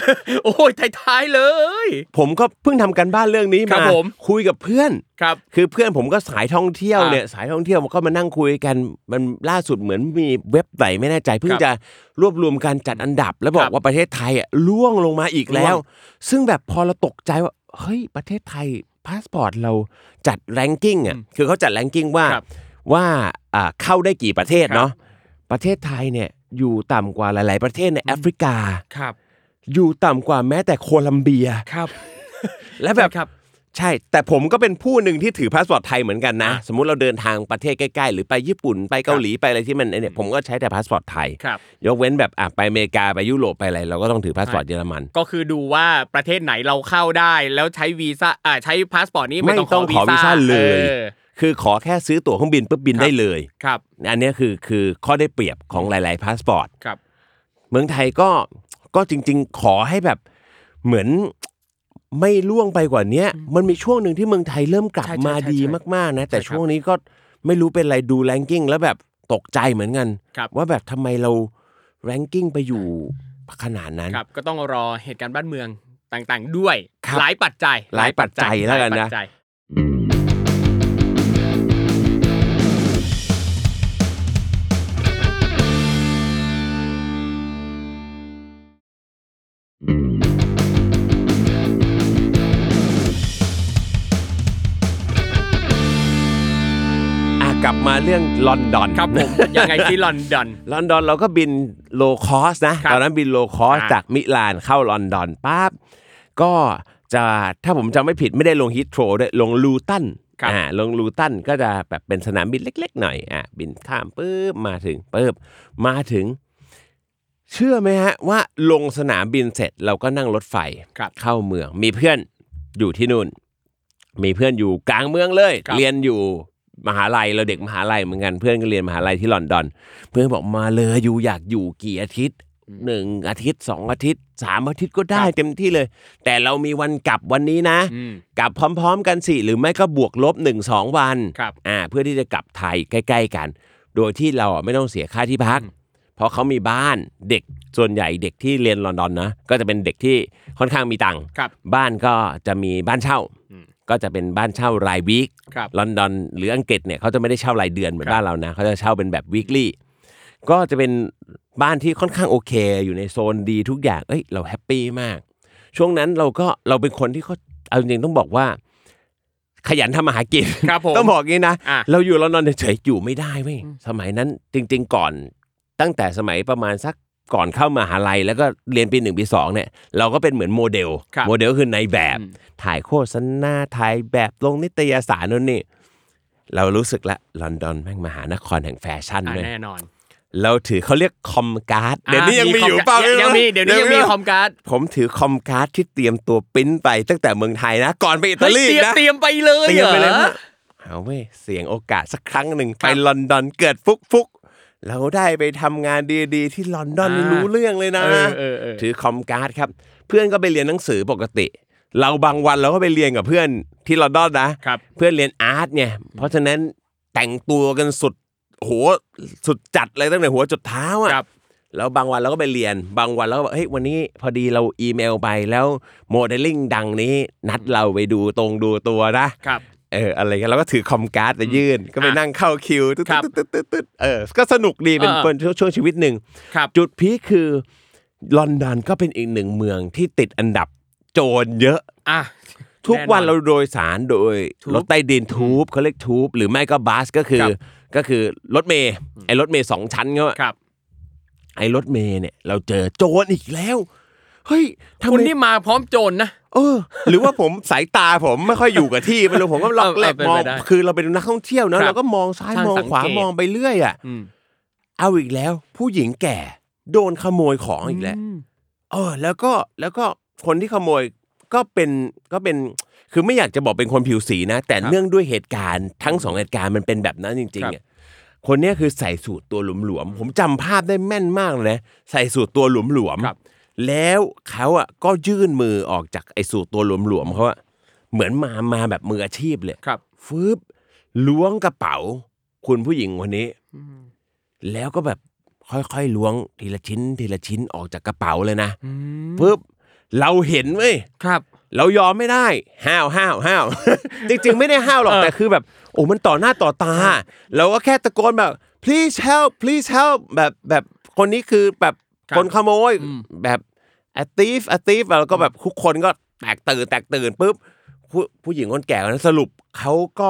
Speaker 1: โอ้ยท้ายๆเลย
Speaker 2: ผมก็เพิ่งทำกันบ้านเรื่องนี้
Speaker 1: ครั
Speaker 2: มา
Speaker 1: บผม
Speaker 2: คุยกับเพื่อน
Speaker 1: ครับ
Speaker 2: คือเพื่อนผมก็สายท่องเที่ยว
Speaker 1: อ่ะ
Speaker 2: เนี่ยสายท่องเที่ยวมันก็มานั่งคุยกันมันล่าสุดเหมือนมีเว็บไหนไม่แน่ใจ เพิ่งจะรวบรวมการจัดอันดับ แล้วบอ
Speaker 1: ครั
Speaker 2: ก
Speaker 1: บ
Speaker 2: ว่าประเทศไทยอ่ะล่วงลงมาอีกแล้ว
Speaker 1: ร่ว
Speaker 2: ซึ่งแบบพอเราตกใจว่าเฮ้ยประเทศไทยพาสปอร์ตเราจัดแรงกิ้งอ่ะคือเขาจัดแรงกิ้งว่า
Speaker 1: ครับ
Speaker 2: ว่าอ่าเข้าได้กี่ประเทศ
Speaker 1: ครับ
Speaker 2: เนาะประเทศไทยเนี่ยอยู่ต่ำกว่าหลาย ๆ ประเทศในแอฟริกา
Speaker 1: ครับ
Speaker 2: อยู่ต่ำกว่าแม้แต่โคลัมเบีย
Speaker 1: ครับ
Speaker 2: และแบบ
Speaker 1: ใช่ครับ
Speaker 2: ใช่ แต่ผมก็เป็นผู้หนึ่งที่ถือพาสปอร์ตไทยเหมือนกันนะ
Speaker 1: อ่ะ
Speaker 2: สมมุติเราเดินทางประเทศใกล้ๆ หรือไปญี่ปุ่นไปเกาหลีไปอะไรที่มันเนี่ยผมก็ใช้แต่พาสปอร์ตไทย
Speaker 1: ครับ
Speaker 2: ยกเว้นแบบอ่ะไปอเมริกาไปยุโรปไปอะไรเราก็ต้องถือพาสปอร์ตเยอรมัน
Speaker 1: ก็คือดูว่าประเทศไหนเราเข้าได้แล้วใช้วีซ่าอ่าใช้พาสปอร์ตนี้ไม่ต้องขอวีซ่า
Speaker 2: เลย
Speaker 1: ออ
Speaker 2: คือขอแค่ซื้อตั๋วเครื่องบินปุ๊บบิน
Speaker 1: ครับ
Speaker 2: ได้เลย
Speaker 1: ครับ
Speaker 2: อันเนี้ยคือคือข้อได้เปรียบของหลายๆพาสปอร์ต
Speaker 1: ครับ
Speaker 2: เมืองไทยก็ก็จริง ๆ ขอให้แบบเหมือนไม่ล่วงไปกว่าเนี้ย มันมีช่วงหนึ่งที่เมืองไทยเริ่มกลับ
Speaker 1: ใช่ใช่
Speaker 2: มา
Speaker 1: ใช่
Speaker 2: ดี
Speaker 1: ใช่
Speaker 2: มากๆนะ แต่
Speaker 1: ใช่ครับ
Speaker 2: ช่วงนี้ก็ไม่รู้เป็นไรดูแรงกิ้งแล้วแบบตกใจเหมือนกัน
Speaker 1: ครับ
Speaker 2: ว่าแบบทำไมเราแรงกิ้งไปอยู่ขนาดนั้น
Speaker 1: ครับ ก็ต้องรอเหตุการณ์บ้านเมืองต่างๆ ด้วย
Speaker 2: ครับ
Speaker 1: หลายปัจจัย
Speaker 2: หลายปัจจัยแล้วกันนะ
Speaker 1: หายปัจจัย
Speaker 2: อ่ะกลับ มาเรื่องลอนดอน
Speaker 1: ครับผม ยังไงที่ลอนดอน
Speaker 2: ลอนดอนเราก็บินโลคอสนะครับตอนนั้นบินโลคอส
Speaker 1: อ่า
Speaker 2: จากมิลานเข้าลอนดอนปั๊บก็จะถ้าผมจำไม่ผิดไม่ได้ลงฮิตโตรด้วยลงลูตัน
Speaker 1: ครับ
Speaker 2: อ่าลงลูตันก็จะแบบเป็นสนามบินเล็ก ๆ หน่อยอ่ะบินข้ามปุ๊บมาถึงปุ๊บมาถึง เชื่อไหมฮะว่าลงสนามบินเสร็จเราก็นั่งรถไฟ
Speaker 1: ครับ
Speaker 2: เข้าเมือง มีเพื่อนอยู่ที่นู่น มีเพื่อนอยู่กลางเมืองเลย
Speaker 1: ครับ
Speaker 2: เรียนอยู่มหาลัยเราเด็กมหาลัยเหมือนกันเพื่อนก็เรียนมหาลัยที่ลอนดอน เพื่อนบอกมาเลยอยู่อยากอยู่กี่อาทิตย์หนึ่งอาทิตย์สองอาทิตย์สามอาทิตย์ก็ได้เต็มที่เลย แต่เรามีวันกลับวันนี้นะ
Speaker 1: อืม
Speaker 2: กลับพร้อม ๆ กันสิหรือไม่ก็บวกลบหนึ่งสองวัน
Speaker 1: ครับ
Speaker 2: อ่าเพื่อที่จะกลับไทยใกล้ ๆ กัน โดยที่เราอ่ะไม่ต้องเสียค่าที่พัก เพราะเขามีบ้านเด็กส่วนใหญ่เด็กที่เรียนลอนดอนนะก็จะเป็นเด็กที่ค่อนข้างมีตังค์
Speaker 1: ครับ
Speaker 2: บ้านก็จะมีบ้านเช่า ก็จะเป็นบ้านเช่ารายวีค
Speaker 1: ครับ
Speaker 2: ลอนดอนหรืออังกฤษเนี่ยเขาจะไม่ได้เช่ารายเดือนเหมือน
Speaker 1: ครับ
Speaker 2: บ้านเรานะเขาจะเช่าเป็นแบบวีคลี่ ก็จะเป็นบ้านที่ค่อนข้างโอเค อยู่ในโซนดีทุกอย่าง เอ้ยเราแฮปปี้มาก ช่วงนั้นเราก็เราเป็นคนที่เขาเอาจริงๆต้องบอกว่า ขยันทำมาหากิน
Speaker 1: ครับผม
Speaker 2: ต้องบอกงี้นะ
Speaker 1: อ่ะ
Speaker 2: เราอยู่ลอนดอนเฉยๆอยู่ไม่ได้เว้ยสมัยนั้นจริง ๆ ก่อน ตั้งแต่สมัยประมาณสักก่อนเข้ามาหาลัย แล้วก็เรียนปีหนึ่งปีสองเนี่ย เราก็เป็นเหมือนโมเดล
Speaker 1: ครับ
Speaker 2: โมเดลคือในายแบบ
Speaker 1: อืม
Speaker 2: ถ่ายโฆษณาถ่ายแบบลงนิตยสารนู่นนี่ เรารู้สึกละลอนดอนแม่งมหานครแห่งแฟชั่น
Speaker 1: อ่ะ
Speaker 2: เลย
Speaker 1: แน่นอน
Speaker 2: เราถือเขาเรียกคอมการ์ดเดี๋ยวนี้
Speaker 1: อ่ะ
Speaker 2: ยังมีอยู่
Speaker 1: ค
Speaker 2: เปล่า
Speaker 1: ร์ด
Speaker 2: ไม่รู้
Speaker 1: ยังมีเดี๋ยวนี้ยังมี
Speaker 2: ไรู้
Speaker 1: คอมการ์ด
Speaker 2: ผมถือคอมการ์ดที่เตรียมตัวปริ้นไปตั้งแต่เมืองไทยนะ ก่อนไปอิตาลี
Speaker 1: เฮ้ยเตรี
Speaker 2: อี
Speaker 1: ย
Speaker 2: ก
Speaker 1: ม
Speaker 2: นะ
Speaker 1: เตรียมไปเลย
Speaker 2: เตรียมไปเลย
Speaker 1: หอ
Speaker 2: ว่าเอาเว้ยเสี่ยงโอกาสสักครั้งหนึ่ง
Speaker 1: ครั
Speaker 2: ไป
Speaker 1: บ
Speaker 2: ลอนดอนเกิดฟุกฟุกๆเราได้ไปทำงานดีๆ ที่ลอนดอน
Speaker 1: อ่า
Speaker 2: นี่รู้เรื่องเลยนะ
Speaker 1: เออเออเออ
Speaker 2: ถือคอมการ์ดครับ เพื่อนก็ไปเรียนหนังสือปกติ เราบางวันเราก็ไปเรียนกับเพื่อนที่ลอนดอนนะ
Speaker 1: ครับ
Speaker 2: เพื่อนเรียนอาร์ตไงเพราะฉะนั้นแต่งตัวกันสุดโหสุดจัดเลยตั้งแต่หัวจดเท้าอ่ะ
Speaker 1: ครับ
Speaker 2: แล้วบางวันเราก็ไปเรียน บางวันเราก็แบบเฮ้ยวันนี้พอดีเราอีเมลไปแล้วโมเดลลิ่งดังนี้ นัดเราไปดูตรงดูตัวนะครับ เอออะไรกันเราก็ถือคอมการ์ดไปยื่น ก็ไป
Speaker 1: อ่ะ
Speaker 2: นั่งเข้าคิวตึ๊ด
Speaker 1: ครับ
Speaker 2: ตึ๊ดตึ๊ดตึ๊ดตึ๊ดเออก็สนุกดีเป็น
Speaker 1: เออ
Speaker 2: เป็นช่วงช่วงชีวิตหนึ่ง
Speaker 1: ครับ
Speaker 2: จุดพีคคือลอนดอนก็เป็นอีกหนึ่งเมืองที่ติดอันดับโจรเยอะ
Speaker 1: อ่ะ
Speaker 2: ทุกวัน
Speaker 1: แน่นอน
Speaker 2: เราโดยสารโดย
Speaker 1: ทูบ
Speaker 2: รถใต้ดินทูบเขาเรียกทูบหรือไม่ก็บัสก็คือ
Speaker 1: ครับ
Speaker 2: ก็คือรถเมย์ไอ้รถเมย์สองชั้นเขาอะ
Speaker 1: ครับ
Speaker 2: ไอ้รถเมย์เนี่ย เราเจอโจรอีกแล้ว เฮ้ยทำ
Speaker 1: คุณ
Speaker 2: ไม
Speaker 1: นี่มาพร้อมโจรนะ
Speaker 2: เออ หรือว่าผมสายตาผมไม่ค่อยอยู่กับที่ไม่รู้ผมก็ลอก
Speaker 1: เออเออ
Speaker 2: แลก
Speaker 1: เป็น
Speaker 2: มอ
Speaker 1: ไป
Speaker 2: ง
Speaker 1: ได้
Speaker 2: คือเราเป็นนักท่องเที่ยวเน
Speaker 1: ค
Speaker 2: อะ
Speaker 1: รับ
Speaker 2: เราก็มองซ้าย
Speaker 1: ช่าง
Speaker 2: มอง
Speaker 1: สัง
Speaker 2: ขวา
Speaker 1: เกต
Speaker 2: มองไปเรื่อยอ่ะ
Speaker 1: อืม
Speaker 2: เอาอีกแล้ว ผู้หญิงแก่โดนขโมยของอีกแล้ว
Speaker 1: ม
Speaker 2: เออแล้วก็แล้วก็คนที่ขโมยก็เป็นก็เป็นคือไม่อยากจะบอกเป็นคนผิวสีนะ แต่
Speaker 1: ครับ
Speaker 2: เนื่องด้วยเหตุการณ์ทั้งสองเหตุการณ์มันเป็นแบบนั้นจริง
Speaker 1: ครับ
Speaker 2: ๆอะคนเนี้ยคือใส่สูตรตัวหลวมๆผมจำภาพได้แม่นมากเลยนะใส่สูตรตัวหลวม
Speaker 1: ครับ
Speaker 2: ๆแล้วเขาอ่ะก็ยื่นมือออกจากไอ้สูตรตัวหลวมๆเขาอะเหมือนมามาแบบมืออาชีพเลย
Speaker 1: ครับ
Speaker 2: ฟืบล้วงกระเป๋า คุณผู้หญิงคนนี้ แล้วก็แบบค่อยๆล้วงทีละชิ้น ทีละชิ้นออกจากกระเป๋าเลยนะปึ๊บเราเห็นเว้ย
Speaker 1: ครับ
Speaker 2: เรายอมไม่ได้ ห้าวห้าวห้าว จริงๆ ไม่ได้ห้าวหรอก
Speaker 1: เออ
Speaker 2: แต่คือแบบ โอ้มันต่อหน้าต่อตา เราก็แค่ตะโกนแบบ please help please help แบบแบบคนนี้คือแบบ
Speaker 1: ครับ
Speaker 2: คนขโมย
Speaker 1: อืม
Speaker 2: แบบอตีฟอตีฟแล้วก็แบบทุกคนก็แตกตื่นแตกตื่นปุ๊บ ผู้ผู้หญิงคนแก่คนนั้นสรุปเขาก็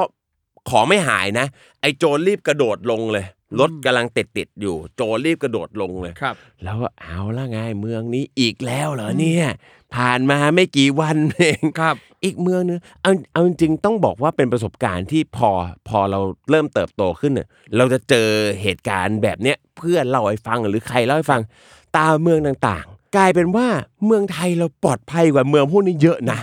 Speaker 2: ของไม่หายนะ ไอ้โจรรีบกระโดดลงเลยรถกำลังติดติดๆอยู่ โจรรีบกระโดดลงเลย
Speaker 1: ครับ
Speaker 2: แล้วก็เอาละไงเมืองนี้อีกแล้วเหรอเนี่ย ผ่านมาไม่กี่วันเอง
Speaker 1: ครับ
Speaker 2: อีกเมืองนึงเอาเอาจริงๆต้องบอกว่าเป็นประสบการณ์ที่พอพอเราเริ่มเติบโตขึ้นเนี่ยเราจะเจอเหตุการณ์แบบเนี้ยเพื่อนเล่าให้ฟังหรือใครเล่าให้ฟัง ตามเมืองต่างๆ กลายเป็นว่าเมืองไทยเราปลอดภัยกว่าเมืองพวกนี้เยอะนะ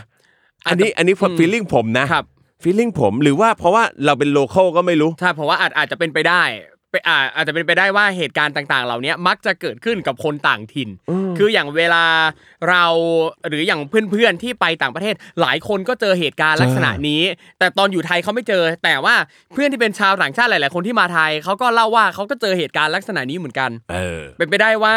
Speaker 2: อันนี้อันนี้
Speaker 1: อืม
Speaker 2: ฟีลลิ่งผมนะครับ ฟีลลิ่งผมหรือว่าเพราะว่าเราเป็นโลเคอลก็ไม่รู้
Speaker 1: ถ้าผมว่าอาจอาจจะเป็นไปได้ไปอาจอาจจะเป็นไปได้ว่าเหตุการณ์ต่างๆ เหล่านี้มักจะเกิดขึ้นกับคนต่างถิ่น คืออย่างเวลาเราหรืออย่างเพื่อนๆที่ไปต่างประเทศ หลายคนก็เจอเหตุการณ์ลักษณะนี้ แต่ตอนอยู่ไทยเขาไม่เจอ แต่ว่าเพื่อนที่เป็นชาวต่างชาติหลาย ๆ คนที่มาไทยเขาก็เล่าว่าเขาก็เจอเหตุการณ์ลักษณะนี้เหมือนกัน
Speaker 2: เออ
Speaker 1: เป็นไปได้ว่า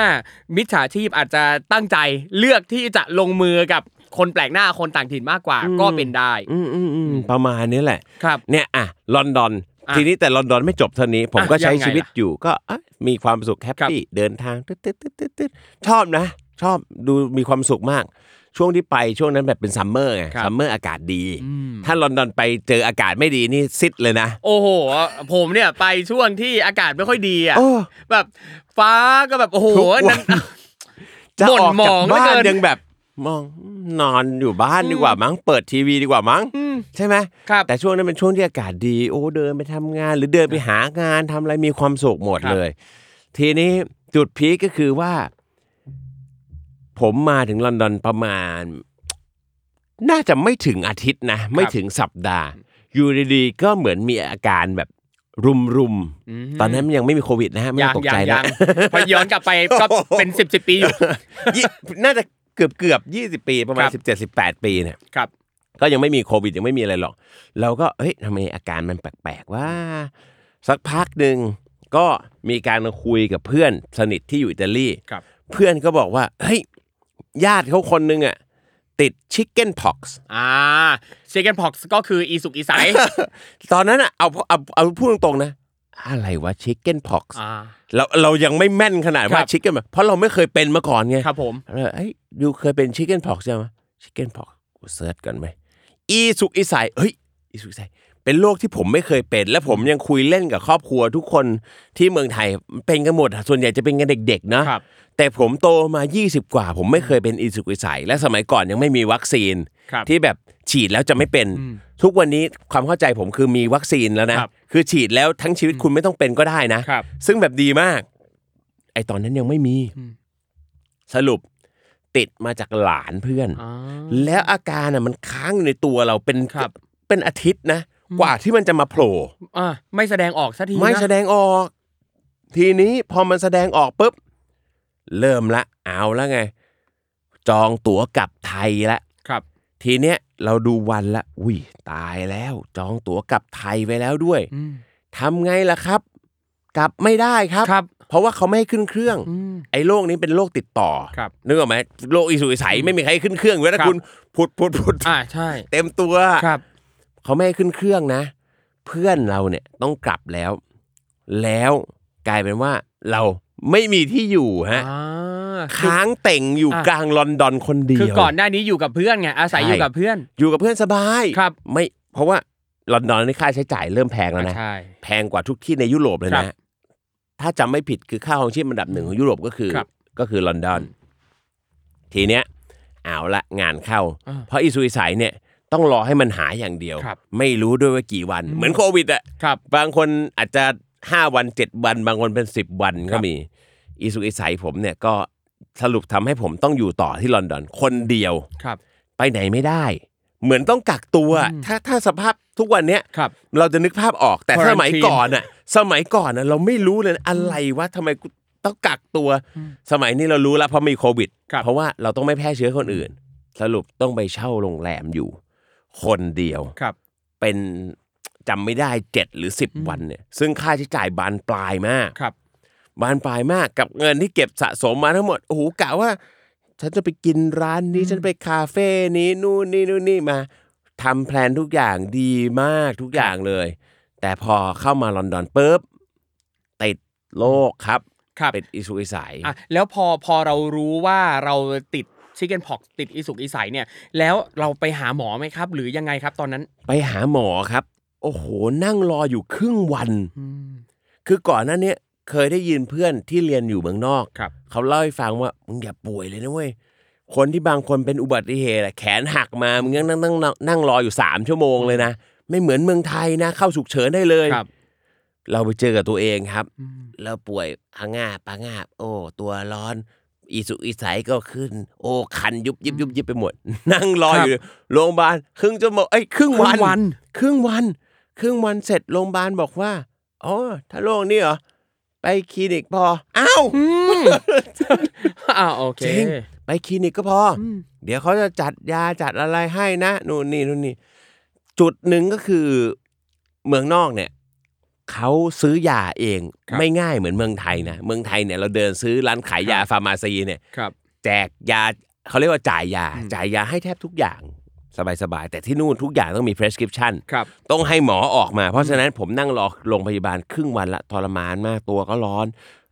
Speaker 1: มิจฉาชีพอาจจะตั้งใจเลือกที่จะลงมือกับคนแปลกหน้าคนต่างถิ่นมากกว่า ก็เป็นได้
Speaker 2: อืมอืมอืมประมาณนี้แหละ
Speaker 1: ครับ
Speaker 2: เนี่ยอ่ะลอนดอน
Speaker 1: อ่ะ
Speaker 2: ทีนี้แต่ลอนดอนไม่จบเท่านี้ ผมก็
Speaker 1: อ่ะ
Speaker 2: ใช้
Speaker 1: ยังไง
Speaker 2: ชีวิตอยู่ก็อ่ะมีความสุขแฮปปี้เดินทางตึ๊ดตึ๊ดตึ๊ดตึ๊ดตึ๊ดชอบนะ ชอบดูมีความสุขมาก ช่วงที่ไปช่วงนั้นแบบเป็นซัมเมอร์ไง
Speaker 1: ครับ
Speaker 2: ซัมเมอร์อากาศดี ถ้าลอนดอนไปเจออากาศไม่ดีนี่ซิดเลยนะ
Speaker 1: โอ้โห ผมเนี่ยไปช่วงที่อากาศไม่ค่อยดีอ่ะ
Speaker 2: โอ้
Speaker 1: แบบฟ้าก็แบบโอ้โห
Speaker 2: ทุกวั
Speaker 1: นั่น
Speaker 2: จะ
Speaker 1: บ่น
Speaker 2: ออก
Speaker 1: หม
Speaker 2: จาก
Speaker 1: อง
Speaker 2: บ้า
Speaker 1: เหลือเกิ
Speaker 2: น
Speaker 1: น
Speaker 2: ยังแบบมองนอนอยู่บ้านดีกว่ามั้งเปิดทีวีดีกว่ามั้งใช่ไหม
Speaker 1: ครับ
Speaker 2: แต่ช่วงนั้นเป็นช่วงที่อากาศดี โอ้เดินไปทำงาน หรือเดินไปหางานทำอะไรมีความสุขหมด
Speaker 1: ครับ
Speaker 2: เลย ทีนี้จุดพีคก็คือว่า ผมมาถึงลอนดอนประมาณ น่าจะไม่ถึงอาทิตย์นะ ไม่ถึงสัปดาห์ อยู่ดีๆก็เหมือนมีอาการแบบรุมๆตอนนั้นมันยังไม่มีโควิดนะฮะไม่
Speaker 1: ยั
Speaker 2: ต้อง งตก
Speaker 1: ยั
Speaker 2: ใจ
Speaker 1: ง
Speaker 2: นะ
Speaker 1: ยังพอย้อนกลับไปก็เป็นสิบสิบปีอยู่
Speaker 2: ยี่น่าจะเกือบเกือบยี่สิบปีประมาณ
Speaker 1: ครับ
Speaker 2: สิบเจ็ดสิบแปดปีเนี่ย
Speaker 1: ครับ
Speaker 2: ก็ยังไม่มีโควิดยังไม่มีอะไรหรอก เราก็เฮ้ยทำไมอาการมันแปลกๆว่า สักพักหนึ่งก็มีการคุยกับเพื่อนสนิทที่อยู่อิตาลี
Speaker 1: ครับ
Speaker 2: เพื่อนก็บอกว่าเฮ้ยญาติเขาคนหนึงอ่ะติดชิคเก้นพ็อกซ์
Speaker 1: อ่าเชกเกนพ็อกซ์ก็คืออีสุกอีใส
Speaker 2: ตอนนั้นอ่ะเอาเอาเอาพูดตรงๆนะ อะไรวะชิคเก้นพ็อกซ์
Speaker 1: อ่า
Speaker 2: เราเรายังไม่แม่นขนาด
Speaker 1: ครั
Speaker 2: ว่า
Speaker 1: บ
Speaker 2: ชิคเก้นเพราะเราไม่เคยเป็นมาก่อนไง
Speaker 1: ครับผม
Speaker 2: แล้วเอ้ยดูเคยเป็นชิคเก้นพอกใช่ไหมชิคเก้นพอกกูเซิร์ชก่อนไหมอีสุกอีใสายเฮ้ยอีสุกอีใสายเป็นโรคที่ผมไม่เคยเป็น และผมยังคุยเล่นกับครอบครัวทุกคนที่เมืองไทยเป็นกันหมดอะส่วนใหญ่จะเป็นกันเด็กๆนะครับ แต่ผมโตมา 20 กว่า ผมไม่เคยเป็นอีสุกอีใสายและสมัยก่อนยังไม่มีวัคซีน
Speaker 1: ครับ
Speaker 2: ที่แบบฉีดแล้วจะไม่เป็น ทุกวันนี้ความเข้าใจผมคือมีวัคซีนแล้วนะครับ คือฉีดแล้วทั้งชีวิตคุณไม่ต้องเป็นก็ได้นะครับ ซึ่งแบบดีมาก ไอตอนนั้นยังไม่มี สรุปติดมาจากหลานเพื่อน
Speaker 1: อ่า
Speaker 2: แล้วอาการน่ะมันค้างอยู่ในตัวเราเป็น
Speaker 1: ครับ
Speaker 2: เป็นอาทิตย์นะ กว่าที่มันจะมาโผล่
Speaker 1: อ่าไม่แสดงออกสักทีนะ
Speaker 2: ไม่แสดงออก ทีนี้พอมันแสดงออกปุ๊บ เริ่มละเอาละไง จองตั๋วกลับไทยละ
Speaker 1: ครับ
Speaker 2: ทีเนี้ยเราดูวันละ อุ้ยตายแล้ว จองตั๋วกลับไทยไว้แล้วด้วย
Speaker 1: อืม
Speaker 2: ทำไงล่ะครับ กลับไม่ได้ครับ
Speaker 1: ครับ
Speaker 2: เพราะว่าเขาไม่ให้ขึ้นเครื่อง
Speaker 1: อืม
Speaker 2: ไอ้โรคนี้เป็นโรคติดต่อ
Speaker 1: ครับ
Speaker 2: นึกออกไหมโรคอีสุยใสไม่มีใครขึ้นเครื่องเว้ย
Speaker 1: ครั
Speaker 2: ถ้า
Speaker 1: บ
Speaker 2: คุณพุดพุดพุด
Speaker 1: อ่าใช่
Speaker 2: เต็มตัว
Speaker 1: ครับ
Speaker 2: เขาไม่ให้ขึ้นเครื่องนะ เพื่อนเราเนี่ยต้องกลับแล้ว แล้วกลายเป็นว่าเราไม่มีที่อยู่ฮะ
Speaker 1: อ่าคือ
Speaker 2: ค้างเต่งอยู่
Speaker 1: อ่ะ
Speaker 2: กลางลอนดอนคนเดียว
Speaker 1: คือก่อนหน้านี้อยู่กับเพื่อนไงอาศัย
Speaker 2: ใช่
Speaker 1: อยู่กับเพื่อน
Speaker 2: อยู่กับเพื่อนสบาย
Speaker 1: ครับ
Speaker 2: ไม่เพราะว่าลอนดอนนี่ค่าใช้จ่ายเริ่มแพงแล้วนะ
Speaker 1: ใช่
Speaker 2: แพงกว่าทุกที่ในยุโรปเลย
Speaker 1: ครั
Speaker 2: นะ
Speaker 1: บ
Speaker 2: ถ้าจำไม่ผิดคือค่าของชีพอันดับหนึ่งของยุโรปก็คือ
Speaker 1: ครับ
Speaker 2: ก็คือลอนดอน ทีเนี้ยเอาละงานเข้า
Speaker 1: อ่า
Speaker 2: เพราะอีสุยสายเนี่ยต้องรอให้มันหายอย่างเดียว
Speaker 1: ครับ
Speaker 2: ไม่รู้ด้วยว่ากี่วัน เหมือนโควิดอะ
Speaker 1: ครับ
Speaker 2: บางคนอาจจะห้าวันเจ็ดวัน บางคนเป็นสิบวันก็มี อีสุยสายผมเนี่ยก็สรุปทำให้ผมต้องอยู่ต่อที่ลอนดอนคนเดียว
Speaker 1: ครับ
Speaker 2: ไปไหนไม่ได้ เหมือนต้องกักตัว ถ้าถ้าสภาพทุกวันเนี้ย
Speaker 1: ครับ
Speaker 2: เราจะนึกภาพออกแต่
Speaker 1: Quarantine
Speaker 2: สมัยก่อนน่ะ สมัยก่อนน่ะเราไม่รู้เลยนะอะไรวะทำไมกูต้องกักตัว สมัยนี้เรารู้แล้วเพราะมีโควิด
Speaker 1: ครับ
Speaker 2: เพราะว่าเราต้องไม่แพร่เชื้อคนอื่น สรุปต้องไปเช่าโรงแรมอยู่ คนเดียว
Speaker 1: ครับ
Speaker 2: เป็นจำไม่ได้เจ็ดหรือสิบวันเนี่ย ซึ่งค่าใช้จ่ายบานปลายมาก
Speaker 1: ครับ
Speaker 2: บานปลายมากกับเงินที่เก็บสะสมมาทั้งหมดโอ้โหกะว่า ฉันจะไปกินร้านนี้ฉันไปคาเฟ่นี้นู่นนี่นู่นนี่มาทำแพลนทุกอย่างดีมากทุกอย่างเลย แต่พอเข้ามาลอนดอนปุ๊บติดโรคครับ
Speaker 1: ครับ
Speaker 2: เป็นอิสุอิสัย
Speaker 1: อ่ะแล้วพอพอเรารู้ว่าเราติดชิคเก้นพ็อกติดอีสุกอีใสเนี่ย แล้วเราไปหาหมอไหมครับ หรือยังไงครับตอนนั้น
Speaker 2: ไปหาหมอครับ โอ้โห นั่งรออยู่ครึ่งวัน คือก่อนหน้าเนี้ยเคยได้ยินเพื่อนที่เรียนอยู่เมืองนอก
Speaker 1: ครับ
Speaker 2: เขาเล่าให้ฟังว่ามึงอย่าป่วยเลยนะเว้ย คนที่บางคนเป็นอุบัติเหตุอะแขนหักมา มึงยังนั่งนั่งนั่งนั่งรออยู่ 3 ชั่วโมงเลยนะ ไม่เหมือนเมืองไทยนะ เข้าฉุกเฉินได้เลย
Speaker 1: ครับ
Speaker 2: เราไปเจอกับตัวเองครับ แล้วป่วยพะงาบพะงาบโอ้ ตัวร้อน อีสุกอีใสก็ขึ้น โอ้ คันยุบยิบยุบยิบไปหมด นั่งรออยู่โรงพยาบาลครึ่งชั่วโมงเอ้ยครึ่งวัน
Speaker 1: ครึ่งวัน
Speaker 2: ครึ่งวัน ครึ่งวันเสร็จโรงพยาบาลบอกว่าอ๋อถ้าโรคนี้เหรอ ไปคลินิกพออ้าว
Speaker 1: อ่าโอเค
Speaker 2: จริงไปคลินิกก็พออเดี๋ยวเขาจะจัดยาจัดอะไรให้นะนู่นนี่นู่นนี่จุดหนึ่งก็คือเมืองนอกเนี่ยเขาซื้อยาเอง
Speaker 1: ครับ
Speaker 2: ไม่ง่ายเหมือนเมืองไทยนะเมืองไทยเนี่ยเราเดินซื้อร้านขายยาฟาร์มาซีเนี่ย
Speaker 1: ครับ
Speaker 2: แจกยาเขาเรียกว่าจ่ายยา จ่ายยาให้แทบทุกอย่างสบายๆแต่ที่นู่นทุกอย่างต้องมี prescription
Speaker 1: ครับ
Speaker 2: ต้องให้หมอออกมา เพราะฉะนั้นผมนั่งรอโรงพยาบาลครึ่งวันละทรมานมากตัวก็ร้อน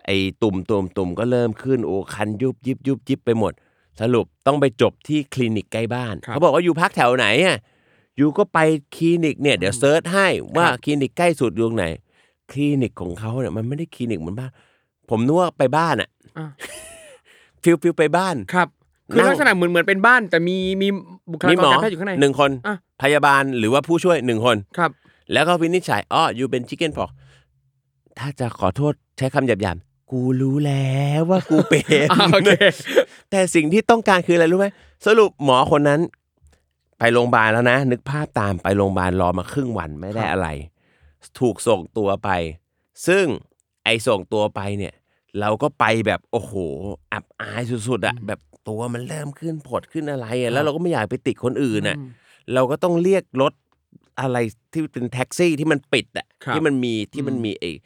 Speaker 2: ไอ้ตุ่มตุ่มตุ่มก็เริ่มขึ้นโอ้คันยุบยิบยุบยิบไปหมด สรุปต้องไปจบที่คลินิกใกล้บ้าน
Speaker 1: ครับ
Speaker 2: เขาบอกว่าอยู่พักแถวไหนอ่ะอยู่ก็ไปคลินิกเนี่ยเดี๋ยวเซิร์ชให้ว่าคลินิกใกล้สุดอยู่ตรงไหน คลินิกของเขาเนี่ยมันไม่ได้คลินิกเหมือนบ้าน ผมนึกว่าไปบ้านอ่ะ
Speaker 1: อ่า
Speaker 2: ฟิลฟิลไปบ้าน
Speaker 1: ครับ คือ
Speaker 2: นั่ง
Speaker 1: ลักษณะเหมือนเหมือนเป็นบ้าน แต่มีมีบุคลา
Speaker 2: มี
Speaker 1: ก
Speaker 2: หม
Speaker 1: ร
Speaker 2: อ
Speaker 1: การแพทย์อยู่ข้างใน
Speaker 2: หนึ่งคน
Speaker 1: อ่ะ
Speaker 2: พยาบาลหรือว่าผู้ช่วยหนึ่งคน
Speaker 1: ครับ
Speaker 2: แล้วก็วินิจฉัยอ้ออยู่เป็นชิคเก้นพอกถ้าจะขอโทษใช้คำหยาบๆกูรู้แล้วว่ากูเป็น
Speaker 1: อ่าโอเค
Speaker 2: แต่สิ่งที่ต้องการคืออะไรรู้ไหมสรุปหมอคนนั้น ไปโรงพยาบาลแล้วนะ นึกภาพตามไปโรงพยาบาลรอมาครึ่งวันไม่ได้อะไร ถูกส่งตัวไป ซึ่งไอ้ส่งตัวไปเนี่ย เราก็ไปแบบโอ้โห อับอายสุดๆอะแบบตัวมันเริ่มขึ้นผดขึ้นอะไรอะแล้วเราก็ไม่อยากไปติดคนอื่นอะ เราก็ต้องเรียกรถอะไรที่เป็นแท็กซี่ที่มันปิดอ่ะ
Speaker 1: ครับ
Speaker 2: ที่มันมีที่มัน
Speaker 1: อืม
Speaker 2: มีเอง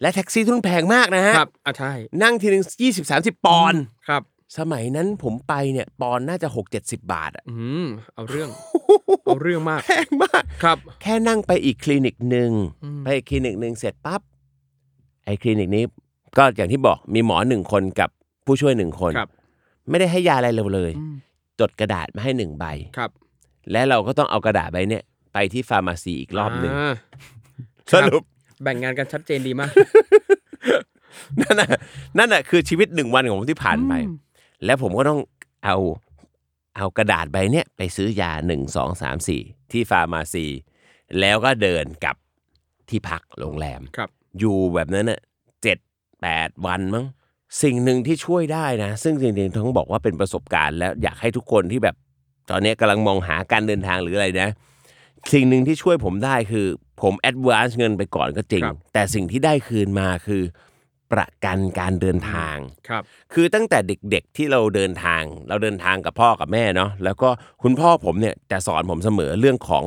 Speaker 2: และแท็กซี่ทุนแพงมากนะฮะ
Speaker 1: ครับอ่ะใช่
Speaker 2: นั่งทีนึงยี่สิบสามสิบปอนด์
Speaker 1: ครับ
Speaker 2: สมัยนั้นผมไปเนี่ยปอนด์น่าจะหกเจ็ดสิบาทอ่ะ
Speaker 1: อืมเอาเรื่อง เอาเรื่องมาก
Speaker 2: แพงมาก
Speaker 1: ครับ
Speaker 2: แค่นั่งไปอีกคลินิกหนึ่ง
Speaker 1: อืม
Speaker 2: ไปอีกคลินิกหนึ่งเสร็จปั๊บไอ้คลินิกนี้ ก็อย่างที่บอกมีหมอหนึ่งคนกับผู้ช่วยหนึ่งคน
Speaker 1: ครับ
Speaker 2: ไม่ได้ให้ยาอะไรเราเลย
Speaker 1: อืม
Speaker 2: จดกระดาษมาให้หนึ่งใบ
Speaker 1: ครับ
Speaker 2: และเราก็ต้องเอากระดาษใบเนี่ยไปที่ฟาร์มาซีอีกรอบหนึ่ง
Speaker 1: า
Speaker 2: สรุป
Speaker 1: แบ่งงานกันชัดเจนดีมาก
Speaker 2: นั่นน่ะนั่นน่ะคือชีวิตหนึ่งวันของผมที่ผ่านไป และผมก็ต้องเอาเอากระดาษใบเนี้ยไปซื้อยาหนึ่งสองสามสี่ที่ฟาร์มาซี แล้วก็เดินกลับที่พักโรงแรม
Speaker 1: ครับ
Speaker 2: อยู่แบบนั้นน่ะเจ็ดแปดวันมั้งสิ่งหนึ่งที่ช่วยได้นะ ซึ่งจริงๆทั้องบอกว่าเป็นประสบการณ์แล้วอยากให้ทุกคนที่แบบ ตอนเนี้ยกำลังมองหาการเดินทางหรืออะไรนะ สิ่งหนึ่งที่ช่วยผมได้คือ ผมแอดวานซ์เงินไปก่อนก็จริง
Speaker 1: ครับ
Speaker 2: แต่สิ่งที่ได้คืนมาคือ ประกันการเดินทาง
Speaker 1: ครับ
Speaker 2: คือตั้งแต่เด็กๆที่เราเดินทาง เราเดินทางกับพ่อกับแม่เนาะแล้วก็คุณพ่อผมเนี่ยจะสอนผมเสมอเรื่องของ